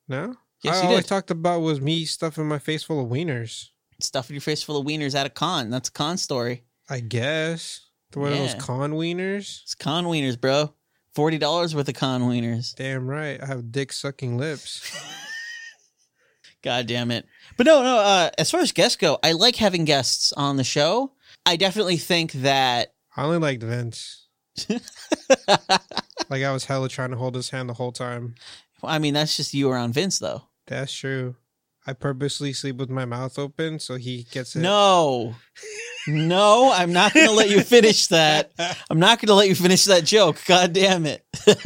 S1: No?
S2: Yes,
S1: I,
S2: you
S1: all I
S2: did.
S1: talked about was me stuffing my face full of wieners.
S2: Stuff in your face full of wieners at a con. That's a con story.
S1: I guess. The one of
S2: Yeah.
S1: those con wieners.
S2: It's con wieners, bro. Forty dollars worth of con wieners.
S1: Damn right. I have dick sucking lips.
S2: God damn it. But no, no, uh, as far as guests go, I like having guests on the show. I definitely think that
S1: I only liked
S2: *laughs*
S1: Vince. Like I was hella trying to hold his hand the whole time.
S2: I mean, that's just you around Vince, though.
S1: That's true. I purposely sleep with my mouth open so he gets it.
S2: No, no, I'm not going to let you finish that. I'm not going to let you finish that joke. God damn it. *laughs*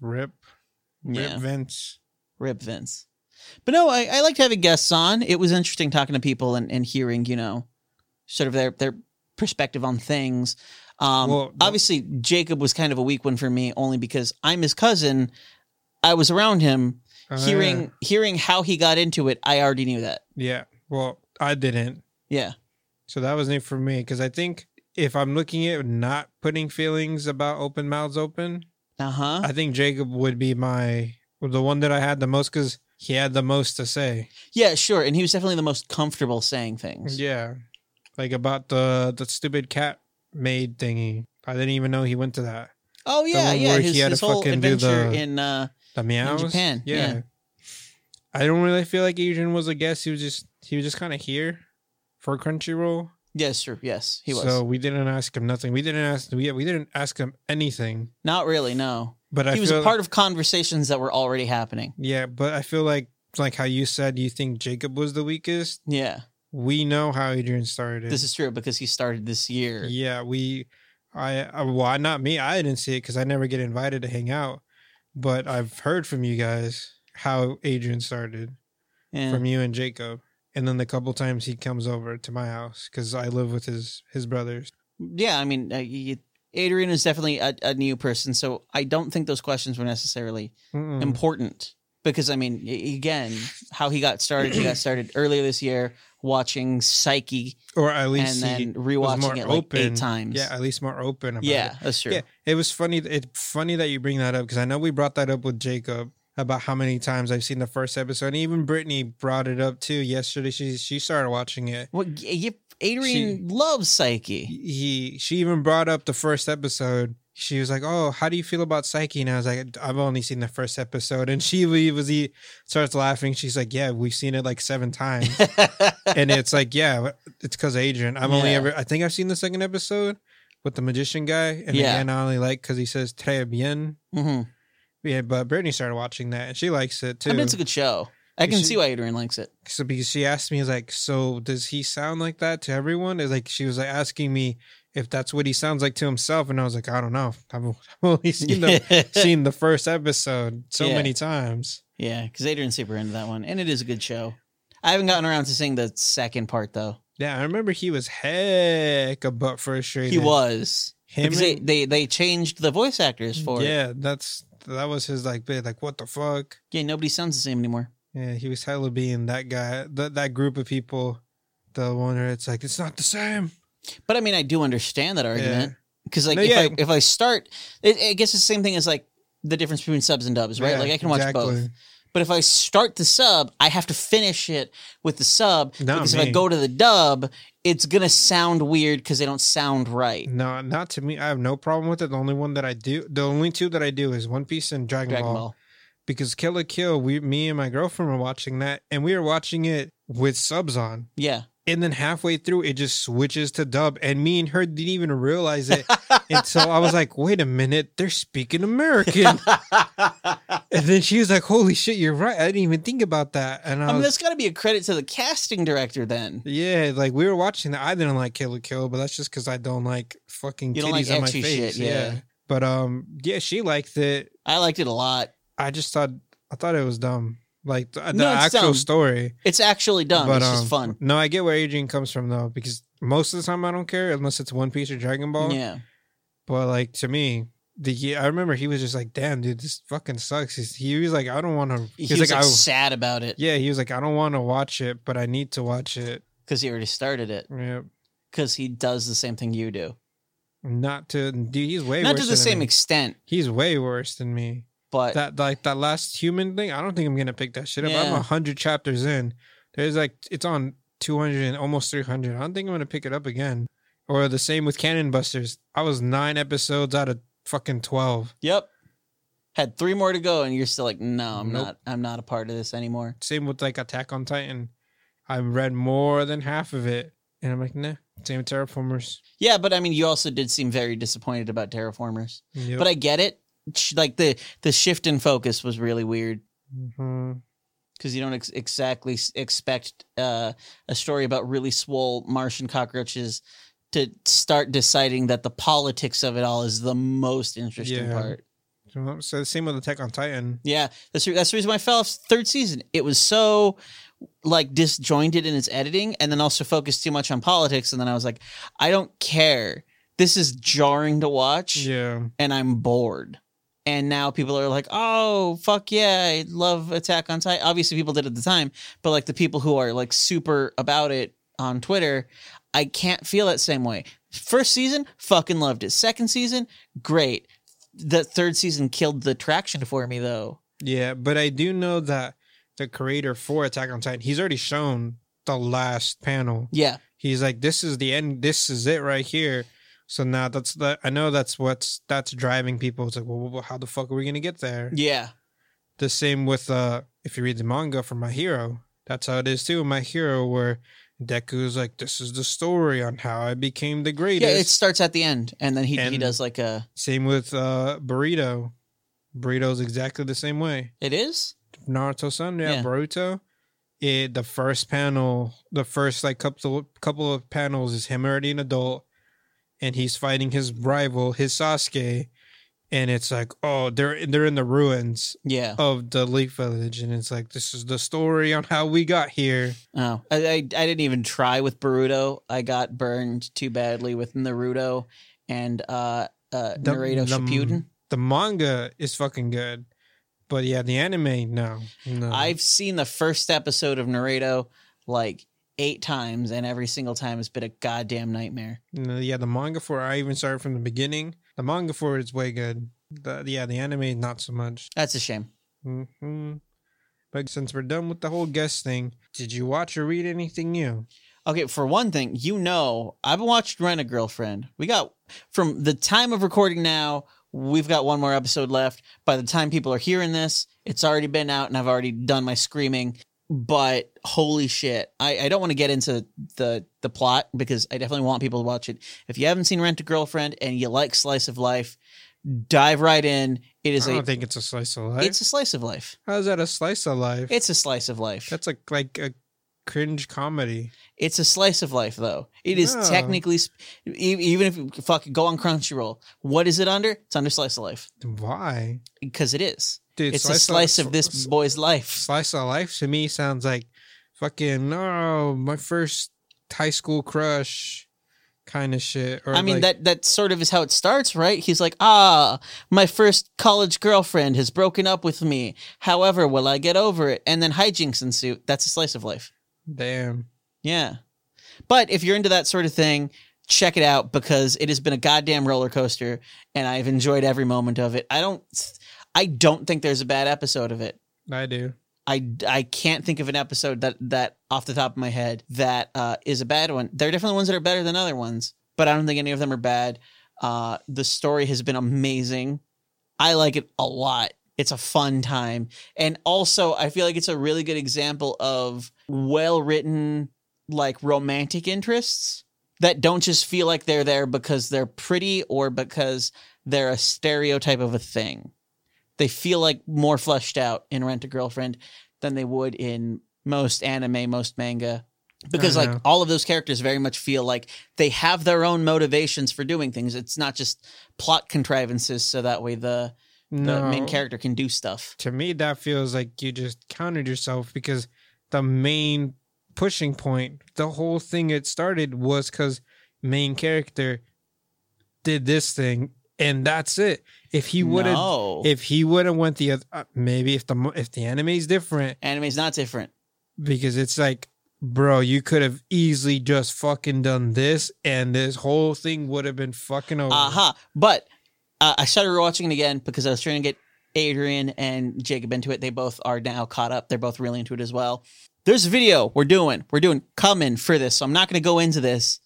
S1: Rip. Rip
S2: yeah,
S1: Vince.
S2: rip Vince. But no, I, I liked having guests on. It was interesting talking to people and, and hearing, you know, sort of their their perspective on things. Um,
S1: Well, the-
S2: obviously, Jacob was kind of a weak one for me, only because I'm his cousin. I was around him,
S1: Uh,
S2: hearing hearing how he got into it. I already knew that.
S1: Yeah. Well, I didn't.
S2: Yeah,
S1: So that was new for me because I think if I'm looking at not putting feelings about open mouths open,
S2: uh huh.
S1: I think Jacob would be my the one that I had the most because he had the most to say.
S2: Yeah, sure. And he was definitely the most comfortable saying things.
S1: Yeah, like about the the stupid cat maid thingy. I didn't even know he went to that.
S2: Oh yeah,
S1: one
S2: yeah.
S1: where
S2: His,
S1: he had
S2: his
S1: to
S2: whole
S1: fucking do
S2: adventure
S1: the-
S2: in uh
S1: The meows.
S2: Japan, yeah.
S1: I don't really feel like Adrian was a guest. He was just he was just kind of here for Crunchyroll.
S2: yes, sure, yes, he was.
S1: So we didn't ask him nothing. We didn't ask we we didn't ask him anything.
S2: Not really, no.
S1: But I
S2: he was
S1: feel
S2: a part of conversations that were already happening.
S1: Yeah, but I feel like like how you said you think Jacob was the weakest.
S2: Yeah,
S1: We know how Adrian started.
S2: this is true because he started this year.
S1: yeah, we I uh, why not me? I didn't see it cuz I never get invited to hang out, but I've heard from you guys how Adrian started
S2: Yeah.
S1: from you and Jacob. And then the couple times he comes over to my house cuz I live with his his brothers.
S2: Yeah, I mean, uh, you, Adrian is definitely a, a new person, so I don't think those questions were necessarily
S1: Mm-mm.
S2: important because I mean, a- again, how he got started,
S1: *clears throat*
S2: he got started earlier this year watching Psyche
S1: or at
S2: and
S1: least he
S2: then
S1: was more
S2: rewatching it like
S1: open.
S2: eight times.
S1: Yeah, at least more open about it.
S2: yeah, that's true.
S1: Yeah, it was funny. It's funny that you bring that up because I know we brought that up with Jacob about how many times I've seen the first episode. And even Brittany brought it up too yesterday. She she started watching it.
S2: Well, y- y- Adrian loves *laughs* Psyche.
S1: He she even brought up the first episode. She was like, "Oh, how do you feel about Psyche?" And I was like, "I've only seen the first episode." And she was he starts laughing. She's like, "Yeah, we've seen it like seven
S2: *laughs*
S1: times." and it's like, yeah, it's because Adrian. I've only
S2: Yeah.
S1: ever, I think I've seen the second episode with the magician guy, and
S2: Yeah.
S1: again, I only like because he says "très bien."
S2: Mhm.
S1: Yeah, but Brittany started watching that and she likes it too.
S2: I mean, it's a good show. I
S1: You
S2: can
S1: should-
S2: see why Adrian likes it.
S1: so because she asked me, like, so does he sound like that to everyone? It's like she was like asking me if that's what he sounds like to himself, and I was like, I don't know. I've *laughs*
S2: *laughs*
S1: only seen the seen the first episode so
S2: Yeah.
S1: many times.
S2: yeah, because Adrian's super into that one, and it is a good show. I haven't gotten around to seeing the second part though.
S1: Yeah, I remember he was heck a butt frustrated.
S2: He was
S1: him.
S2: because
S1: and-
S2: they, they they changed the voice actors for it.
S1: yeah, that's that was his like bit like what the fuck.
S2: Yeah, nobody sounds the same anymore.
S1: Yeah, he was hella being that guy, that that group of people, the one where it's like it's not the same.
S2: But I mean, I do understand that argument because, like,
S1: No,
S2: if,
S1: yeah.
S2: I, if I start, it, I guess it's the same thing as like the difference between subs and dubs, right?
S1: Yeah,
S2: like, I can watch both. But if I start the sub, I have to finish it with the sub
S1: Not
S2: because if I
S1: me.
S2: go to the dub, it's gonna sound weird because they don't sound right.
S1: No, not to me. I have no problem with it. The only one that I do, the only two that I do is One Piece and Dragon,
S2: Dragon
S1: Ball.
S2: Ball.
S1: Because Kill la Kill, we, me and my girlfriend were watching that, and we were watching it with subs on.
S2: Yeah.
S1: And then halfway through, it just switches to dub, and me and her didn't even realize
S2: *laughs*
S1: it until I was like, "Wait a minute, they're speaking American."
S2: *laughs*
S1: *laughs* and then she was like, "Holy shit, you're right. I didn't even think about that." And I,
S2: I mean,
S1: was,
S2: that's got to be a credit to the casting director. Then
S1: Yeah, like we were watching that. I didn't like Kill la Kill, but that's just because I don't like fucking
S2: You
S1: titties
S2: don't like
S1: on my
S2: etchy
S1: face.
S2: shit, yeah.
S1: But um, yeah, she liked it.
S2: I liked it a lot.
S1: I just thought I thought it was dumb, like the, the
S2: No, it's
S1: actual
S2: dumb.
S1: story.
S2: It's actually dumb.
S1: But,
S2: it's just
S1: um,
S2: fun.
S1: No, I get where Adrian comes from though, because most of the time I don't care unless it's One Piece or Dragon Ball.
S2: Yeah.
S1: But like to me. The, yeah, I remember he was just like, "Damn, dude, this fucking sucks." He's, he was like, "I don't want to."
S2: He
S1: He's
S2: was like,
S1: I,
S2: sad about it
S1: "Yeah." He was like, "I don't want to watch it, but I need to watch it."
S2: because he already started it
S1: Yeah,
S2: because he does the same thing you do,
S1: not to. Dude, he's way
S2: not
S1: worse
S2: to the
S1: than
S2: same
S1: me.
S2: extent,
S1: He's way worse than me.
S2: but
S1: That like that last human thing. I don't think I'm gonna pick that shit up. I'm
S2: Yeah.
S1: I'm hundred chapters in. There's like it's on two hundred and almost three hundred. I don't think I'm gonna pick it up again. Or the same with Cannon Busters. I was nine episodes out of fucking twelve.
S2: yep, had three more to go, and you're still like, no, I'm
S1: Nope.
S2: not, I'm not a part of this anymore.
S1: Same with like Attack on Titan. I read more than half of it, and I'm like, nah. Same with Terraformers.
S2: Yeah, but I mean, you also did seem very disappointed about Terraformers,
S1: Yep.
S2: but I get it. Sh- Like the the shift in focus was really weird
S1: Mhm.
S2: because you don't ex- exactly s- expect uh, a story about really swole Martian cockroaches to start deciding that the politics of it all is the most interesting
S1: Yeah.
S2: part.
S1: So same with Attack on Titan.
S2: Yeah, that's the- that's the reason why I fell off third season. It was so like disjointed in its editing, and then also focused too much on politics. And then I was like, I don't care. This is jarring to watch,
S1: Yeah.
S2: and I'm bored. And now people are like, "Oh, fuck yeah, I love Attack on Titan." Obviously, people did at the time, but like the people who are like super about it on Twitter, I can't feel that same way. First season, fucking loved it. Second season, great. The third season killed the traction for me though.
S1: Yeah, but I do know that the creator for Attack on Titan, he's already shown the last panel.
S2: Yeah,
S1: He's like, "This is the end. This is it right here." So now that's the I know that's what's that's driving people. It's like, well, well, how the fuck are we gonna get there?
S2: yeah,
S1: The same with uh, if you read the manga for My Hero, that's how it is too. My Hero, where Deku's like, "This is the story on how I became the
S2: yeah.
S1: greatest."
S2: It starts at the end, and then he he
S1: And-
S2: does like a.
S1: same with uh, Burrito. Burrito's exactly the same way.
S2: It is.
S1: Naruto Sun, yeah,
S2: Yeah.
S1: Boruto. It the first panel, the first like couple couple of panels is him already an adult, and he's fighting his rival, his Sasuke, and it's like, oh, they're they're in the ruins
S2: Yeah.
S1: of the Leaf Village, and it's like this is the story on how we got here.
S2: Oh, I, I I didn't even try with Baruto. I got burned too badly with Naruto and uh, uh,
S1: The-
S2: Naruto
S1: the-
S2: Shippuden.
S1: The manga is fucking good, but yeah, the anime, no, no,
S2: I've seen the first episode of Naruto like eight times, and every single time has been a goddamn nightmare.
S1: No, yeah, the manga for I even started from the beginning. The manga for it is way good. The, yeah, the anime not so much.
S2: That's a shame.
S1: hmm But since we're done with the whole guest thing, did you watch or read anything new?
S2: Okay, for one thing, you know, I've watched Rent a Girlfriend. We got from the time of recording now, we've got one more episode left. By the time people are hearing this, it's already been out and I've already done my screaming. But holy shit, I, I don't want to get into the the plot because I definitely want people to watch it. If you haven't seen Rent a Girlfriend and you like slice of life, dive right in. It is
S1: I
S2: a
S1: don't think it's a slice of life.
S2: it's a slice of life.
S1: How's that a slice of life?
S2: It's a slice of life.
S1: That's like like a cringe comedy.
S2: It's a slice of life, though. It is
S1: No.
S2: technically, sp- e- even if you fuck go on Crunchyroll, what is it under? It's under slice of life
S1: Why?
S2: because it is.
S1: Dude,
S2: It's, a slice of this
S1: s-
S2: boy's life.
S1: slice of life to me oh, sounds like fucking no, my first high school crush kind of shit. Or
S2: I mean
S1: like,
S2: that that sort of is how it starts, right? He's like, "Ah, my first college girlfriend has broken up with me. However, will I get over it?" And then hijinks ensue. That's a slice of life.
S1: Damn.
S2: Yeah. But if you're into that sort of thing, check it out because it has been a goddamn roller coaster and I've enjoyed every moment of it. I don't I don't think there's a bad episode of it.
S1: I do.
S2: I, I can't think of an episode that that off the top of my head that uh, is a bad one. There are definitely ones that are better than other ones, but I don't think any of them are bad. Uh, the story has been amazing. I like it a lot. It's a fun time, and also I feel like it's a really good example of well written like romantic interests that don't just feel like they're there because they're pretty or because they're a stereotype of a thing. They feel like more fleshed out in Rent a Girlfriend than they would in most anime, most manga. Because
S1: I
S2: like
S1: know.
S2: all of those characters very much feel like they have their own motivations for doing things. It's not just plot contrivances so that way the, the
S1: No.
S2: main character can do stuff.
S1: To me, that feels like you just countered yourself because the main pushing point, the whole thing it started was because main character did this thing and that's it. If he would have,
S2: No.
S1: if he would have went the other, uh, maybe if the mo- if the anime is different,
S2: Anime's not different.
S1: because it's like, bro, you could have easily just fucking done this, and this whole thing would have been fucking over.
S2: Aha. Uh-huh. But uh, I started watching it again because I was trying to get Adrian and Jacob into it. They both are now caught up. They're both really into it as well. There's a video we're doing. We're doing coming for this. So I'm not going to go into this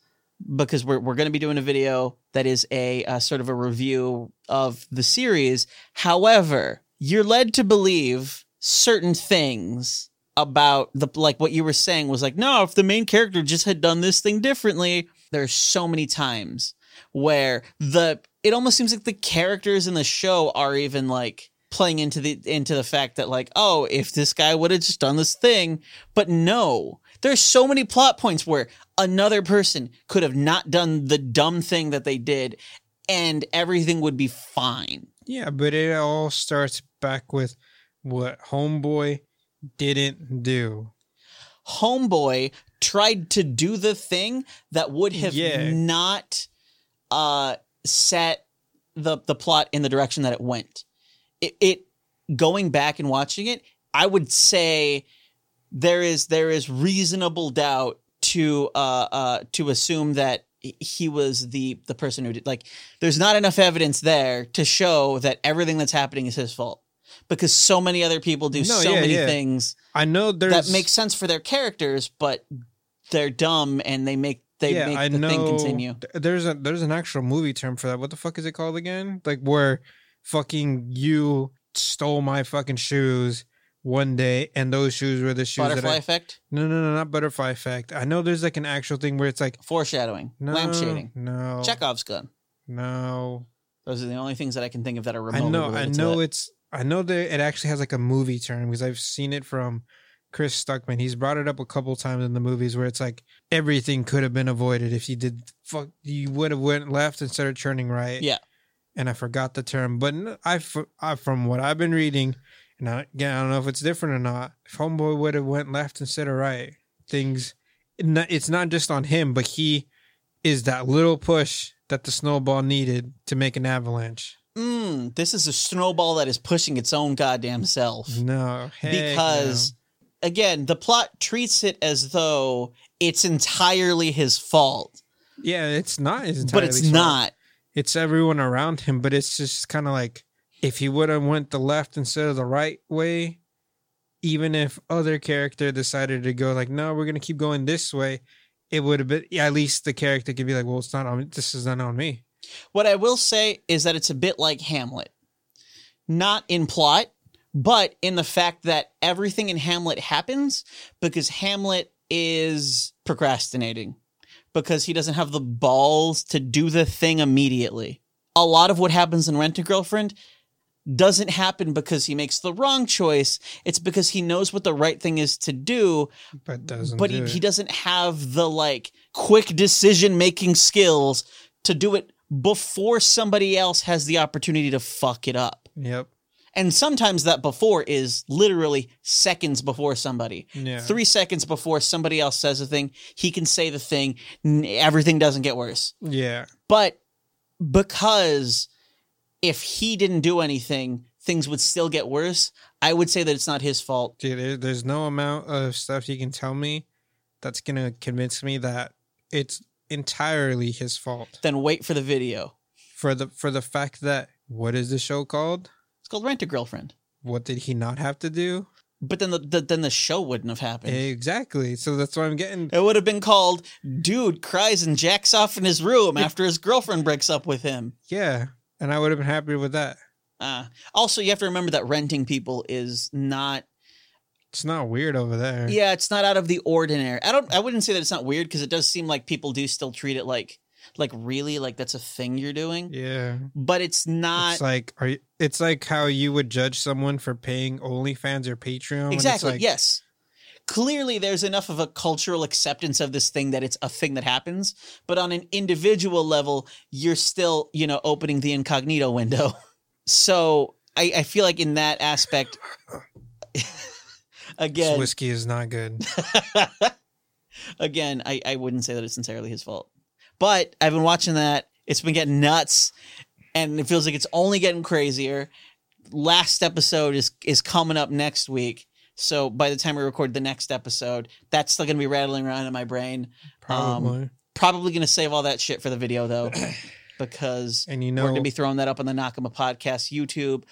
S2: because we're, we're going to be doing a video that is a uh, sort of a review of the series. However, you're led to believe certain things about the like what you were saying was like no if the main character just had done this thing differently there's so many times where the it almost seems like the characters in the show are even like playing into the into the fact that like oh if this guy would have just done this thing but no there's so many plot points where another person could have not done the dumb thing that they did and everything would be fine
S1: Yeah, but it all starts back with what Homeboy didn't do.
S2: homeboy tried to do the thing that would have
S1: Yeah.
S2: not uh set the the plot in the direction that it went it, it going back and watching it i would say there is there is reasonable doubt to uh uh to assume that he was the the person who did like there's not enough evidence there to show that everything that's happening is his fault because so many other people do
S1: No,
S2: so
S1: yeah,
S2: many
S1: yeah.
S2: things
S1: I know there's
S2: that makes sense for their characters, but they're dumb and they make they
S1: yeah,
S2: make
S1: I
S2: the
S1: know
S2: thing continue.
S1: th- There's a there's an actual movie term for that. What the fuck is it called again? Like where fucking you stole my fucking shoes one day, and those shoes were the shoes
S2: Butterfly
S1: that I
S2: effect,
S1: no no no not butterfly effect. I know there's like an actual thing where it's like
S2: foreshadowing,
S1: no, Oh.
S2: lampshading,
S1: no
S2: Chekhov's gun.
S1: no
S2: Those are the only things that I can think of that are
S1: I
S2: remotely
S1: know, I
S2: related to
S1: know
S2: that.
S1: it's, I know that it actually has like a movie term because I've seen it from Chris Stuckman. He's brought it up a couple times in the movies where it's like everything could have been avoided if you did fuck, you would have went left instead of turning right.
S2: Yeah.
S1: And I forgot the term, but n- I, f- I- from what I've been reading, and I, again, I don't know if it's different or not. If Homeboy would have went left instead of right, things, n- it's not just on him, but he is that little push that the snowball needed to make an avalanche.
S2: Mm, this is a snowball that is pushing its own goddamn self.
S1: No, heck
S2: because again, the plot treats it as though it's entirely his fault,
S1: no. yeah, it's not his
S2: but
S1: entirely
S2: it's
S1: fault.
S2: not.
S1: It's everyone around him, but it's just kind of like if he would have went the left instead of the right way, even if other character decided to go like, no, we're gonna keep going this way, it would have been yeah, at least the character could be like, well, it's not on this is not on me.
S2: What I will say is that it's a bit like Hamlet. Not in plot, but in the fact that everything in Hamlet happens because Hamlet is procrastinating because he doesn't have the balls to do the thing immediately. A lot of what happens in Rent a Girlfriend doesn't happen because he makes the wrong choice. It's because he knows what the right thing is to do,
S1: But doesn't.
S2: but
S1: do
S2: he,
S1: it.
S2: he doesn't have the like quick decision making skills to do it before somebody else has the opportunity to fuck it up
S1: Yep.
S2: And sometimes that before is literally seconds before somebody.
S1: Yeah.
S2: Three seconds before somebody else says a thing, he can say the thing, n- everything doesn't get worse.
S1: Yeah.
S2: But because if he didn't do anything, things would still get worse, I would say that it's not his fault.
S1: Dude, there, there's no amount of stuff you can tell me that's going to convince me that it's entirely his fault
S2: Then wait for the video.
S1: for the for the fact that what is the show called?
S2: It's called Rent a Girlfriend.
S1: What did he not have to do?
S2: But then the, the then the show wouldn't have happened.
S1: Exactly. So that's what I'm getting.
S2: It would have been called Dude Cries and Jacks Off in His Room After His Girlfriend Breaks Up with Him.
S1: Yeah. And I would have been happy with that.
S2: Uh, also, you have to remember that renting people is not,
S1: It's not weird over there.
S2: yeah, it's not out of the ordinary. I don't, I wouldn't say that it's not weird because it does seem like people do still treat it like, like really, like that's a thing you're doing,
S1: Yeah.
S2: but it's not.
S1: It's like are you, it's like how you would judge someone for paying OnlyFans or Patreon. when
S2: exactly.
S1: It's like,
S2: yes. Clearly, there's enough of a cultural acceptance of this thing that it's a thing that happens, but on an individual level, you're still, you know, opening the incognito window. *laughs* So I, I feel like in that aspect, *laughs*
S1: This
S2: again,
S1: whiskey is not
S2: *laughs*
S1: good.
S2: again, I, I wouldn't say that it's entirely his fault. But I've been watching that. It's been getting nuts, and it feels like it's only getting crazier. Last episode is is coming up next week. So by the time we record the next episode, that's still gonna be rattling around in my brain.
S1: Probably.
S2: Probably gonna save all that shit for the video though, because
S1: and you
S2: we're
S1: know
S2: gonna be throwing that up on the Nakama podcast YouTube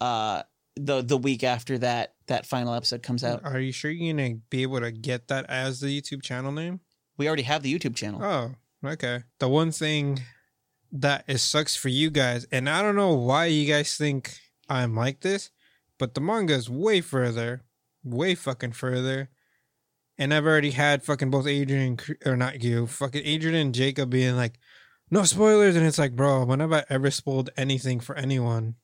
S2: uh the the week after that that final episode comes out.
S1: Are you sure you're gonna be able to get that as the YouTube channel name?
S2: We already have the YouTube channel.
S1: Oh, okay. The one thing that it sucks for you guys, and I don't know why you guys think I'm like this, but the manga is way further, way fucking further. And I've already had fucking both Adrian and Cre- or not you, fucking Adrian and Jacob being like, no spoilers, and it's like, bro, when have I ever spoiled anything for anyone?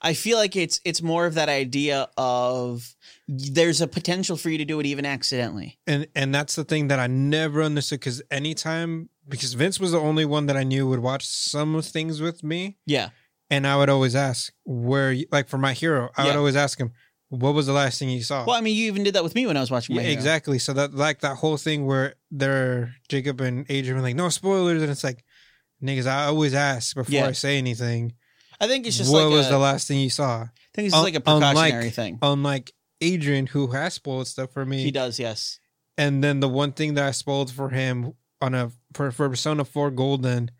S2: I feel like it's it's more of that idea of there's a potential for you to do it even accidentally.
S1: and and that's the thing that I never understood because anytime because Vince was the only one that I knew would watch some things with me,
S2: Yeah.
S1: and I would always ask where you- like for my hero, I would
S2: Yeah.
S1: always ask him what was the last thing you saw.
S2: Well, I mean, you even did that with me when I was watching.
S1: yeah,
S2: My Hero.
S1: exactly. So that like that whole thing where they're Jacob and Adrian were like no spoilers, and it's like niggas, I always ask before
S2: Yeah.
S1: I say anything.
S2: I think it's just
S1: what
S2: like
S1: was
S2: a,
S1: the last thing you saw?
S2: I think it's just
S1: un-
S2: like a precautionary
S1: unlike-
S2: thing.
S1: Unlike Adrian, who has spoiled stuff for me,
S2: He does,
S1: *laughs*
S2: yes. *laughs*
S1: and then the one thing that I spoiled for him on a for, for Persona Four Golden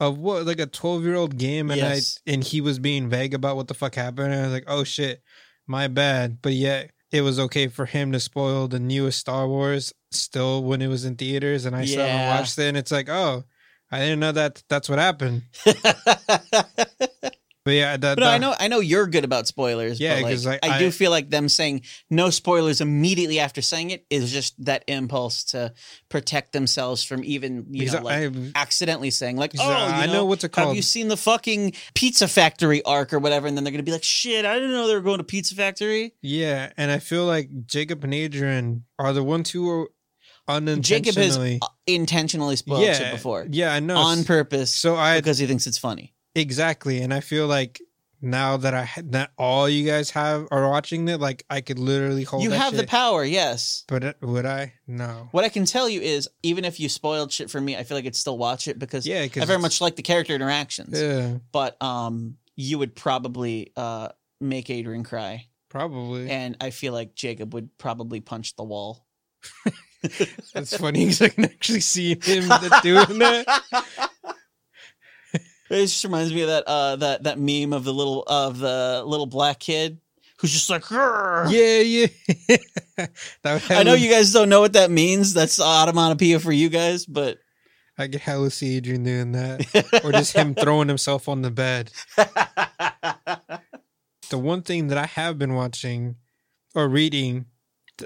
S1: of what like a twelve year old game, and
S2: Yes.
S1: I and he was being vague about what the fuck happened, and I was like, oh shit, my bad. But yet it was okay for him to spoil the newest Star Wars still when it was in theaters, and I still
S2: Yeah.
S1: haven't watched it, and it's like, oh, I didn't know that that's what happened.
S2: but
S1: But yeah, that,
S2: no, I
S1: that- *laughs*
S2: know I know you're good about spoilers.
S1: Yeah,
S2: but
S1: 'cause,
S2: like,
S1: like,
S2: I, do
S1: I-
S2: feel like them saying no spoilers immediately after saying it is just that impulse to protect themselves from even you
S1: because
S2: know like
S1: I,
S2: accidentally saying like
S1: because
S2: oh you
S1: I know, what's it
S2: Have
S1: called.
S2: you seen the fucking Pizza Factory arc or whatever? And then they're gonna be like, "Shit, I didn't know they were going to Pizza Factory."
S1: yeah, and I feel like Jacob and Adrian are the ones who are
S2: Jacob has
S1: unintentionally.
S2: uh, intentionally spoiled shit before
S1: Yeah, I know.
S2: on purpose
S1: so I
S2: because he thinks it's funny.
S1: exactly, and I feel like now that I ha- that all you guys have are watching it, like I could literally hold.
S2: you
S1: that
S2: have the
S1: shit.
S2: power, yes.
S1: but it- would I? No.
S2: What I can tell you is, even if you spoiled shit for me, I feel like I'd still watch it because
S1: Yeah, because
S2: I very much like the character interactions.
S1: Yeah,
S2: But um, you would probably uh make Adrian cry,
S1: probably.
S2: and I feel like Jacob would probably punch the wall.
S1: That's funny *laughs* because I can actually see him
S2: *laughs*
S1: doing that.
S2: It just reminds me of that uh that that meme of the little of the little black kid who's just like "Grr."
S1: Yeah, yeah. *laughs* that would
S2: I
S1: hella-
S2: know you guys don't know what that means. That's onomatopoeia for you guys, but
S1: I could hella see Adrian doing that, *laughs* or just him throwing himself on the bed. the one thing that I have been watching or reading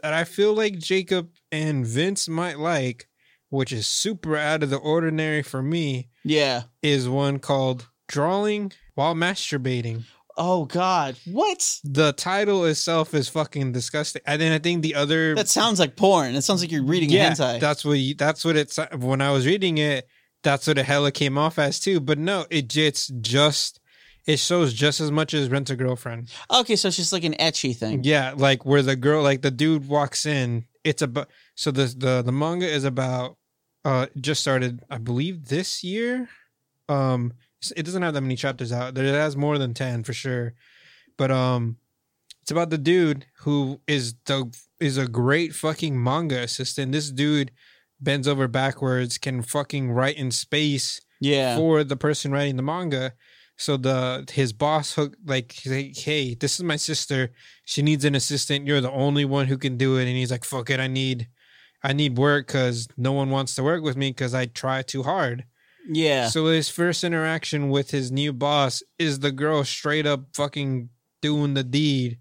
S1: that I feel like Jacob and Vince might like, which is super out of the ordinary for me,
S2: *laughs* yeah.
S1: is one called Drawing While Masturbating.
S2: Oh God, what?
S1: The title itself is fucking disgusting. And then I think the other
S2: That sounds like porn. It sounds like you're reading
S1: yeah,
S2: hentai.
S1: that's what you, that's what it's when I was reading it, that's what the hella came off as too. But no, it it's just it shows just as much as Rent a Girlfriend.
S2: Okay, so it's just like an etchy thing.
S1: Yeah, like where the girl, like the dude walks in. It's about so the the the manga is about uh just started, I believe, this year. Um, it doesn't have that many chapters out. There it has more than ten for sure, but um, it's about the dude who is the is a great fucking manga assistant. This dude bends over backwards, can fucking write in space
S2: Yeah.
S1: for the person writing the manga. So the his boss hook like he's like, hey, this is my sister. She needs an assistant. You're the only one who can do it. And he's like, fuck it, I need, I need work because no one wants to work with me because I try too hard.
S2: yeah.
S1: So his first interaction with his new boss is the girl straight up fucking doing the deed.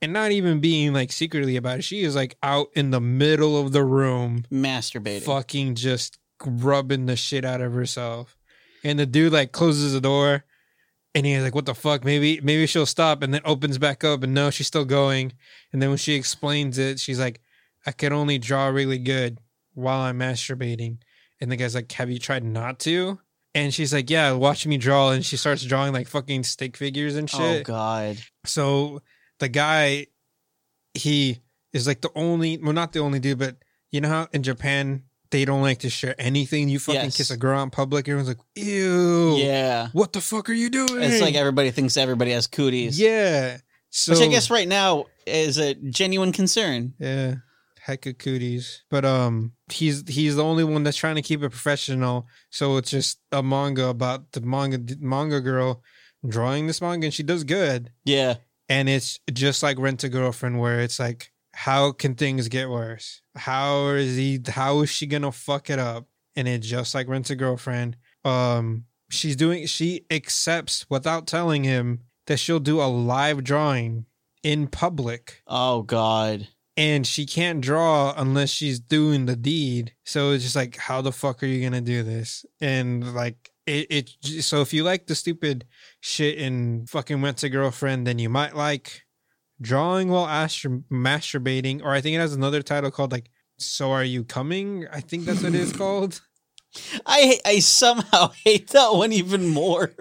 S1: And not even being like secretly about it. She is like out in the middle of the room
S2: Masturbating.
S1: fucking just rubbing the shit out of herself. And the dude like closes the door and he's like, What the fuck? Maybe maybe she'll stop and then opens back up and no, she's still going. And then when she explains it, she's like, I can only draw really good while I'm masturbating. And the guy's like, Have you tried not to? And she's like, Yeah, watch me draw. And she starts drawing like fucking stick figures and shit.
S2: Oh God.
S1: So the guy, he is like the only, well, not the only dude, but you know how in Japan they don't like to share anything. You fucking
S2: Yes.
S1: kiss a girl out in public, everyone's like, ew,
S2: Yeah.
S1: what the fuck are you doing?
S2: It's like everybody thinks everybody has cooties.
S1: yeah. So
S2: Which I guess right now is a genuine concern.
S1: Yeah. Heck of cooties. But um he's he's the only one that's trying to keep it professional. So it's just a manga about the manga manga girl drawing this manga and she does good.
S2: Yeah.
S1: and it's just like rent a girlfriend where it's like how can things get worse how is he how is she gonna fuck it up and it's just like rent a girlfriend um she's doing she accepts without telling him that she'll do a live drawing in public
S2: Oh God.
S1: and she can't draw unless she's doing the deed. So it's just like, how the fuck are you gonna do this? And like, it, it j- so if you like the stupid shit in fucking Rent a Girlfriend, then you might like drawing while astro- masturbating, or I think it has another title called like, so are you coming? I think that's what it's called.
S2: I I somehow *laughs* hate that one even more.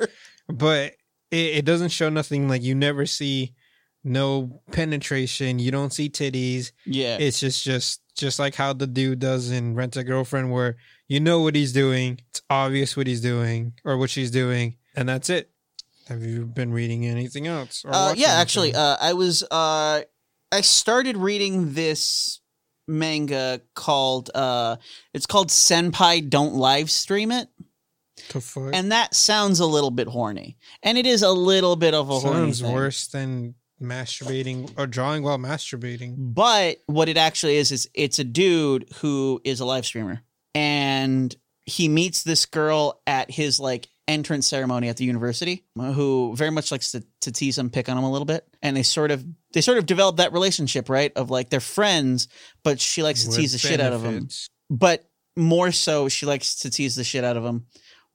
S1: But it, it doesn't show nothing. Like you never see no penetration. You don't see titties.
S2: Yeah.
S1: it's just just just like how the dude does in rent a girlfriend where you know what he's doing it's obvious what he's doing or what she's doing and that's it have you been reading anything else or
S2: Uh,
S1: watching
S2: yeah, actually,
S1: anything?
S2: uh, I was uh, I started reading this manga called uh, it's called Senpai Don't Live Stream It, uh,
S1: The fuck?
S2: and that sounds a little bit horny, and it is a little bit of a horny
S1: sounds
S2: thing.
S1: worse than masturbating or drawing while masturbating
S2: But what it actually is is it's a dude who is a live streamer, and he meets this girl at his like entrance ceremony at the university, who very much likes to, to tease him, pick on him a little bit, and they sort of they sort of develop that relationship, right? Of like they're friends, but she likes to
S1: with
S2: tease the shit out of him.
S1: benefits.
S2: But more so, she likes to tease the shit out of him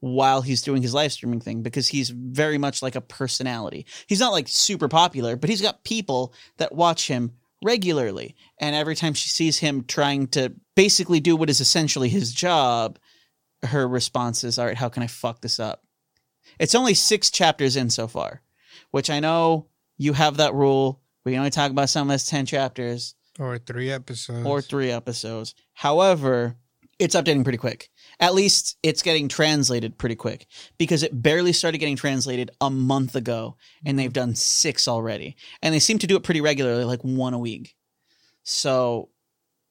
S2: while he's doing his live streaming thing because he's very much like a personality. He's not like super popular, but he's got people that watch him regularly. And every time she sees him trying to basically do what is essentially his job, her response is, All right, how can I fuck this up? It's only six chapters in so far, which I know you have that rule. We can only talk about something that's 10 chapters
S1: or three episodes
S2: or three episodes. However, it's updating pretty quick. At least it's getting translated pretty quick because it barely started getting translated a month ago and they've done six already. And they seem to do it pretty regularly, like one a week. So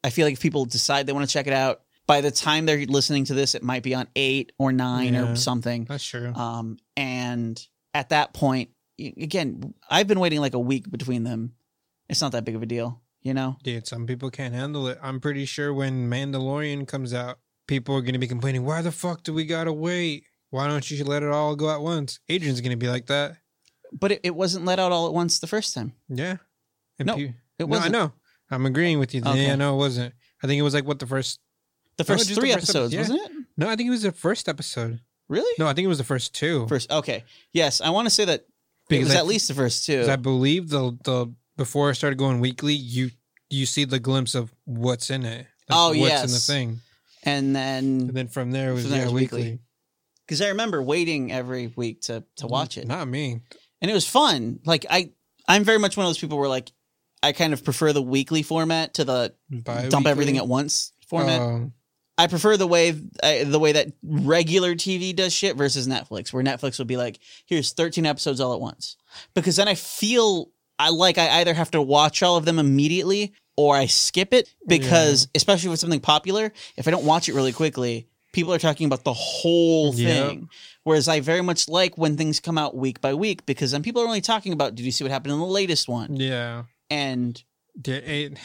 S2: I feel like if people decide they want to check it out, by the time they're listening to this, it might be on eight or nine
S1: Yeah.
S2: or something.
S1: that's true
S2: Um, and at that point, y- again, I've been waiting like a week between them. It's not that big of a deal, you know?
S1: Dude, some people can't handle it. I'm pretty sure when Mandalorian comes out, people are going to be complaining, why the fuck do we got to wait? Why don't you let it all go at once? Adrian's going to be like that.
S2: But it, it wasn't let out all at once the first time.
S1: Yeah. And
S2: No,
S1: pe- no,
S2: It
S1: I
S2: wasn't.
S1: know. I'm agreeing with you.
S2: Okay.
S1: Yeah, no, it wasn't. I think it was like what the first.
S2: The
S1: No,
S2: first
S1: just the
S2: three
S1: first episode,
S2: episodes,
S1: yeah.
S2: wasn't it?
S1: No, I think it was the first episode.
S2: Really?
S1: No, I think it was the first two.
S2: First, okay. Yes, I want to say that it
S1: Because
S2: was
S1: I-
S2: at least the first two.
S1: 'cause I believe the the before I started going weekly, you you see the glimpse of what's in it.
S2: Oh,
S1: what's in the
S2: yes.
S1: thing,
S2: and
S1: and
S2: then
S1: then from there it was
S2: From there
S1: yeah
S2: it was
S1: weekly.
S2: weekly. because I remember waiting every week to
S1: Mm-hmm.
S2: to watch it,
S1: Not me.
S2: and it was fun. Like I, I'm very much one of those people where like I kind of prefer the weekly format to the
S1: Bi-weekly.
S2: dump everything at once format.
S1: Um,
S2: I prefer the way I, the way that regular TV does shit versus Netflix, where Netflix would be like, "Here's 13 episodes all at once," because then I feel I like I either have to watch all of them immediately or I skip it because, especially with something popular, if I don't watch it really quickly, people are talking about the whole
S1: Yeah.
S2: thing. Whereas I very much like when things come out week by week because then people are only talking about, "Did you see what happened in the latest one?"
S1: yeah.
S2: And
S1: Yeah, it-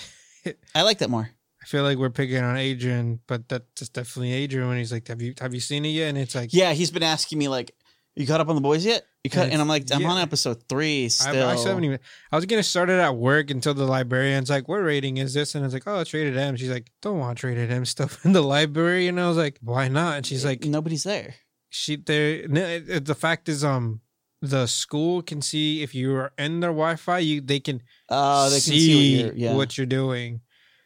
S2: I like that more.
S1: I feel like we're picking on Adrian, but that's definitely Adrian when he's like, "Have you have you seen it yet?" And it's like,
S2: Yeah, he's been asking me like, "You caught up on the boys yet?" You cut,
S1: Yeah,
S2: and I'm like, "I'm
S1: yeah.
S2: on episode three still."
S1: I, I still haven't even. I was gonna start it at work until the librarian's like, "What rating is this?" And I was like, "Oh, it's rated M." She's like, "Don't watch rated M *laughs* stuff in the library," and I was like, "Why not?" And
S2: Eh,
S1: she's like,
S2: "Nobody's there."
S1: "She there." no, it- it- The fact is, um, the school can see if you are in their Wi-Fi. You they can
S2: Oh, they can see, what, you're, yeah. *laughs*
S1: what you're doing.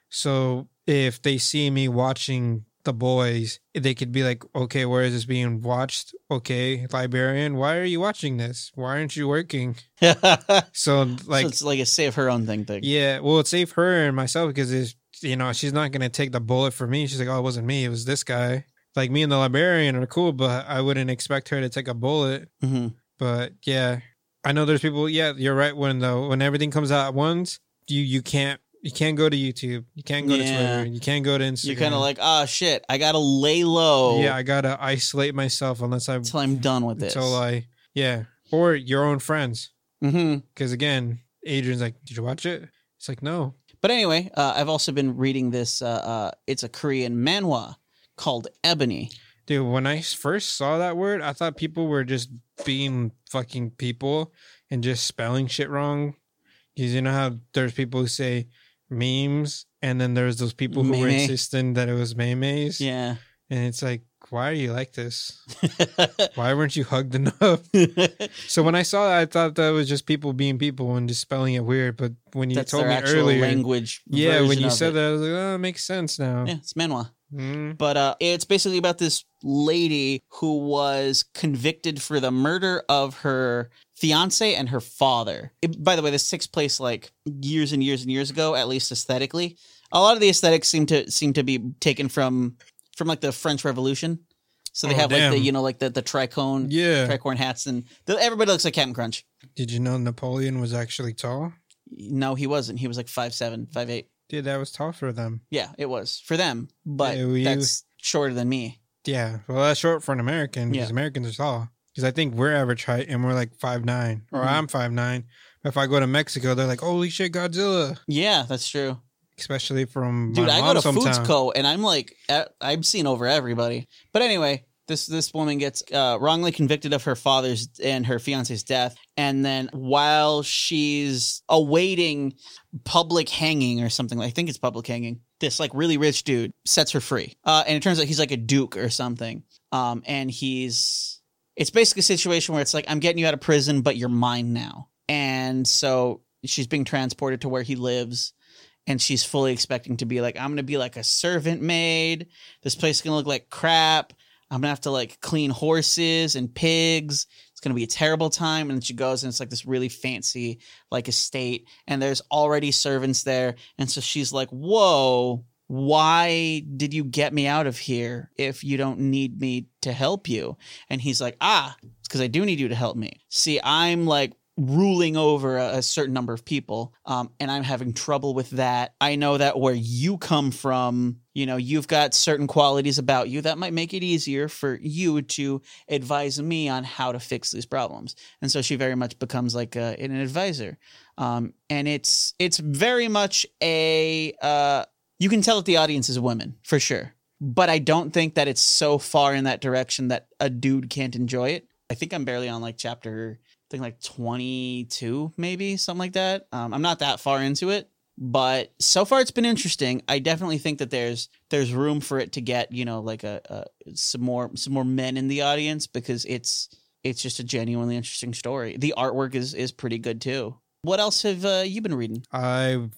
S1: So if they see me watching the boys, they could be like, okay, where is this being watched? Okay, librarian, why are you watching this? Why aren't you working?
S2: *laughs*
S1: So
S2: like,
S1: like,
S2: it's like a save her own thing thing.
S1: yeah, well, it saved her and myself because it's, you know, she's not going to take the bullet for me. She's like, oh, it wasn't me. It was this guy. Like me and the librarian are cool, but I wouldn't expect her to take a bullet
S2: hmm
S1: but yeah i know there's people yeah you're right when the when everything comes out at once you you can't you can't go to youtube you can't go
S2: Yeah.
S1: to twitter you can't go to instagram
S2: You're kind of like, "Oh shit, I gotta lay low."
S1: uh, yeah i gotta isolate myself unless i uh,
S2: until I'm done with this.
S1: until i yeah or your own friends
S2: hmm
S1: because again adrian's like did you watch it it's like no
S2: But anyway, uh, I've also been reading this. Uh, uh, it's a Korean manhwa called Ebony.
S1: dude when i first saw that word i thought people were just being fucking people and just spelling shit wrong because you know how there's people who say memes and then there's those people who were
S2: Meme.
S1: insisting that it was memes
S2: Yeah. *laughs*
S1: and it's like why are you like this why weren't you hugged *laughs* enough
S2: That's
S1: so when i saw that i thought that was just people being people and just spelling it weird but when you told
S2: their
S1: me
S2: actual
S1: earlier
S2: language.
S1: yeah when
S2: version
S1: you
S2: of
S1: said
S2: it.
S1: that i was like oh it makes sense now
S2: Yeah, it's manhwa.
S1: Mm.
S2: but uh, it's basically about this lady who was convicted for the murder of her fiance and her father. It- by the way, this takes place like years and years and years ago, at least aesthetically. A lot of the aesthetics seem to seem to be taken from from like the French Revolution. So they
S1: Oh,
S2: have like the
S1: damn.
S2: you know like the the tricone
S1: yeah
S2: tricorn hats and the, everybody looks like Captain Crunch.
S1: did you know napoleon was actually tall
S2: No, he wasn't. He was like five seven, five eight.
S1: dude that was tall for them
S2: Yeah, it was for them, but
S1: Yeah, we-
S2: that's shorter than me.
S1: Yeah, well, that's short for an American because
S2: Yeah.
S1: Americans are tall. Because I think we're average height and we're like five nine, or
S2: Mhm.
S1: I'm five nine. But if I go to Mexico, they're like, "Holy shit, Godzilla!"
S2: Yeah, that's true.
S1: Especially from
S2: Dude,
S1: my
S2: I
S1: mom
S2: go to
S1: sometimes.
S2: Foods Co. and I'm like, at- I'm seen over everybody. But anyway, this this woman gets uh, wrongly convicted of her father's and her fiance's death, and then while she's awaiting public hanging or something, I think it's public hanging. This like really rich dude sets her free, uh, and it turns out he's like a duke or something, um, and he's it's basically a situation where it's like I'm getting you out of prison, but you're mine now, and so she's being transported to where he lives and she's fully expecting to be like, I'm gonna be like a servant maid. This place is gonna look like crap. I'm gonna have to like clean horses and pigs. It's gonna be a terrible time. And then she goes and it's like this really fancy like estate, and there's already servants there. And so she's like, Whoa, why did you get me out of here if you don't need me to help you? And he's like, Ah, it's because I do need you to help me. See, I'm like ruling over a, a certain number of people um, and i'm having trouble with that i know that where you come from you know you've got certain qualities about you that might make it easier for you to advise me on how to fix these problems and so she very much becomes like a, an advisor um, and it's it's very much a uh, you can tell that the audience is women for sure but i don't think that it's so far in that direction that a dude can't enjoy it i think i'm barely on like chapter I think like 22 maybe something like that um, i'm not that far into it but so far it's been interesting i definitely think that there's there's room for it to get you know like a, a some more some more men in the audience because it's it's just a genuinely interesting story the artwork is is pretty good too What else have uh, you been reading?
S1: I've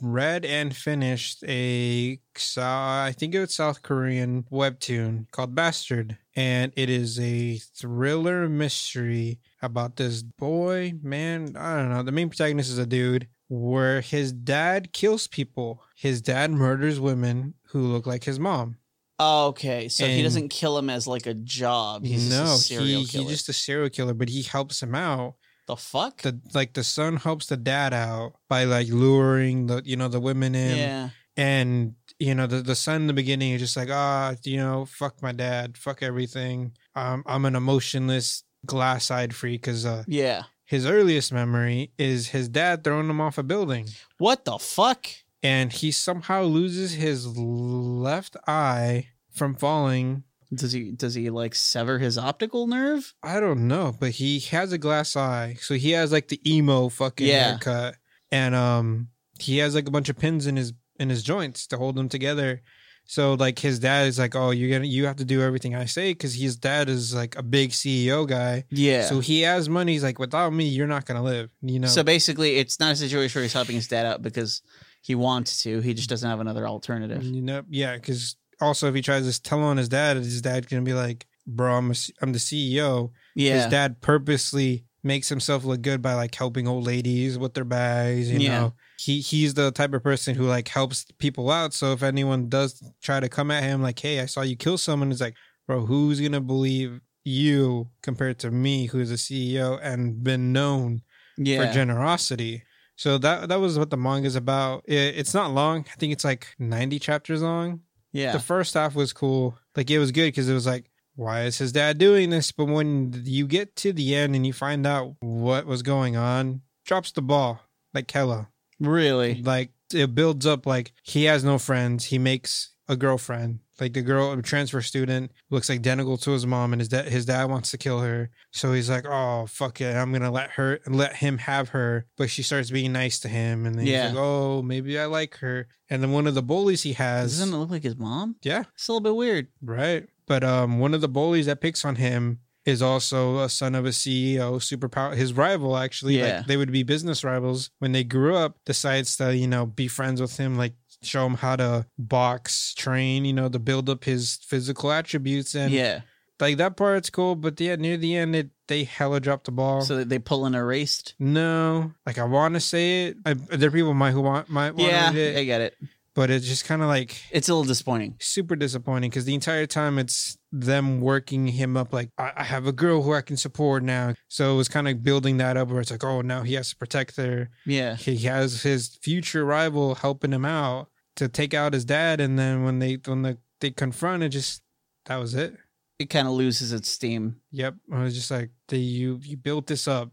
S1: read and finished a Sou- I think it was South Korean webtoon called Bastard, and it is a thriller mystery about this boy, man, I don't know. The main protagonist is a dude where his dad kills people. His dad murders women who look like his mom.
S2: Okay, so he
S1: And-
S2: doesn't kill him as like a job. He's
S1: no,
S2: just a serial
S1: he,
S2: killer.
S1: he just a serial killer, but he helps him out
S2: the fuck?
S1: the like the son helps the dad out by like luring the you know the women in
S2: yeah.
S1: and you know the, the son in the beginning is just like ah you know fuck my dad fuck everything um, i'm an emotionless glass-eyed freak because uh,
S2: Yeah.
S1: his earliest memory is his dad throwing him off a building
S2: What the fuck?
S1: and he somehow loses his left eye from falling
S2: Does he does he like sever his optical nerve?
S1: I don't know, but he has a glass eye, so he has like the emo fucking
S2: Yeah.
S1: haircut, and um, he has like a bunch of pins in his in his joints to hold them together. So like his dad is like, oh, you're gonna you have to do everything I say because his dad is like a big CEO guy,
S2: Yeah.
S1: so
S2: So,
S1: he has money. He's like, without me, you're not gonna live, you know.
S2: basically, it's not a situation where he's helping his dad out because he wants to. He just doesn't have another alternative.
S1: you know, yeah, because also if he tries to tell on his dad, his dad's gonna be like, bro, I'm a, I'm the E CEO. his
S2: Yeah.
S1: dad purposely makes himself look good by like helping old ladies with their bags you
S2: Yeah.
S1: know he he's the type of person who like helps people out so if anyone does try to come at him like hey i saw you kill someone it's like bro who's gonna believe you compared to me who's a ceo and been known
S2: yeah.
S1: for generosity so that that was what the manga's about it, it's not long i think it's like 90 chapters long
S2: yeah.
S1: the first half was cool. Like it was good because it was like, why is his dad doing this? But when you get to the end and you find out what was going on, drops the ball like Kella.
S2: really.
S1: Like it builds up. Like he has no friends. He makes a girlfriend. Like the girl, a transfer student, looks identical to his mom, and his dad, his dad wants to kill her. So he's like, "Oh fuck it, I'm gonna let her, let him have her." But she starts being nice to him, and then
S2: Yeah.
S1: he's like, "Oh, maybe I like her." And then one of the bullies he has,
S2: Doesn't it look like his mom?
S1: yeah,
S2: It's a little bit weird.
S1: Right. But um, one of the bullies that picks on him is also a son of a CEO, super power, his rival actually.
S2: Yeah.
S1: Like they would be business rivals when they grew up. Decides to you know be friends with him, like show him how to box, train, you know, to build up his physical attributes and
S2: yeah.
S1: like that part's cool. But yeah, near the end, it they hella dropped the ball.
S2: So they pull an erased.
S1: no, like I want to say it. I, there are people might who want might want
S2: Yeah,
S1: it,
S2: I get it.
S1: but it's just kind of like
S2: It's a little disappointing.
S1: super disappointing because the entire time it's them working him up like I, I have a girl who I can support now. So it was kind of building that up where it's like, oh now he has to protect her.
S2: Yeah.
S1: He has his future rival helping him out to take out his dad and then when they when the, they confront it just that was it.
S2: It kind of loses its steam.
S1: Yep. I was just like they you you built this up.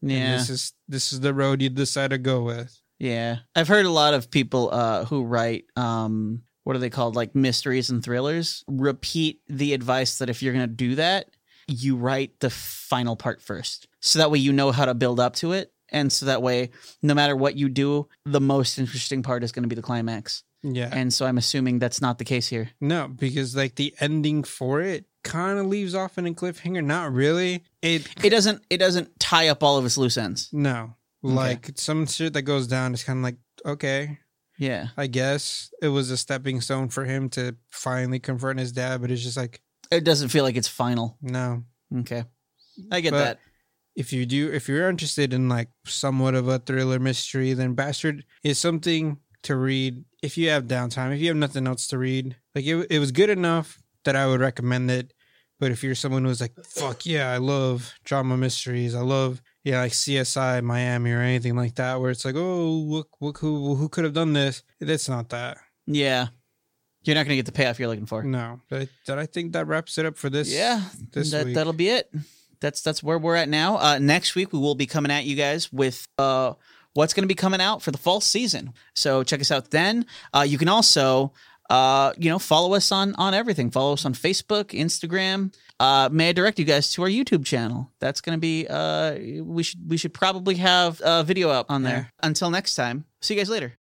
S1: And
S2: Yeah.
S1: this is this is the road you decide to go with.
S2: Yeah. I've heard a lot of people uh, who write, um, what are they called? Like mysteries and thrillers, repeat the advice that if you're going to do that, you write the final part first. So that way you know how to build up to it. And so that way, no matter what you do, the most interesting part is going to be the climax.
S1: Yeah.
S2: And so I'm assuming that's not the case here.
S1: No, because like the ending for it kind of leaves off in a cliffhanger. Not really. It
S2: It doesn't. It doesn't tie up all of its loose ends.
S1: No.
S2: Okay.
S1: Like some shit that goes down is kind of like, okay,
S2: Yeah.
S1: I guess it was a stepping stone for him to finally confront his dad, but it's just like,
S2: It doesn't feel like it's final.
S1: no.
S2: Okay. I get
S1: But-
S2: that.
S1: If you do, if you're interested in like somewhat of a thriller mystery, then Bastard is something to read if you have downtime, if you have nothing else to read. Like it, it was good enough that I would recommend it. But if you're someone who's like, fuck yeah, I love drama mysteries, I love yeah, like CSI Miami or anything like that, where it's like, oh, look, look who who could have done this? That's not that.
S2: Yeah. You're not going to get the payoff you're looking for.
S1: No, but I, that I think that wraps it up for this.
S2: yeah,
S1: this
S2: that,
S1: week.
S2: that'll be it. That's that's where we're at now. Uh, next week we will be coming at you guys with uh, what's going to be coming out for the fall season. So check us out then. Uh, you can also uh, you know follow us on on everything. Follow us on Facebook, Instagram. Uh, may I direct you guys to our YouTube channel? That's going to be uh, we should we should probably have a video up on there. Until next time, see you guys later.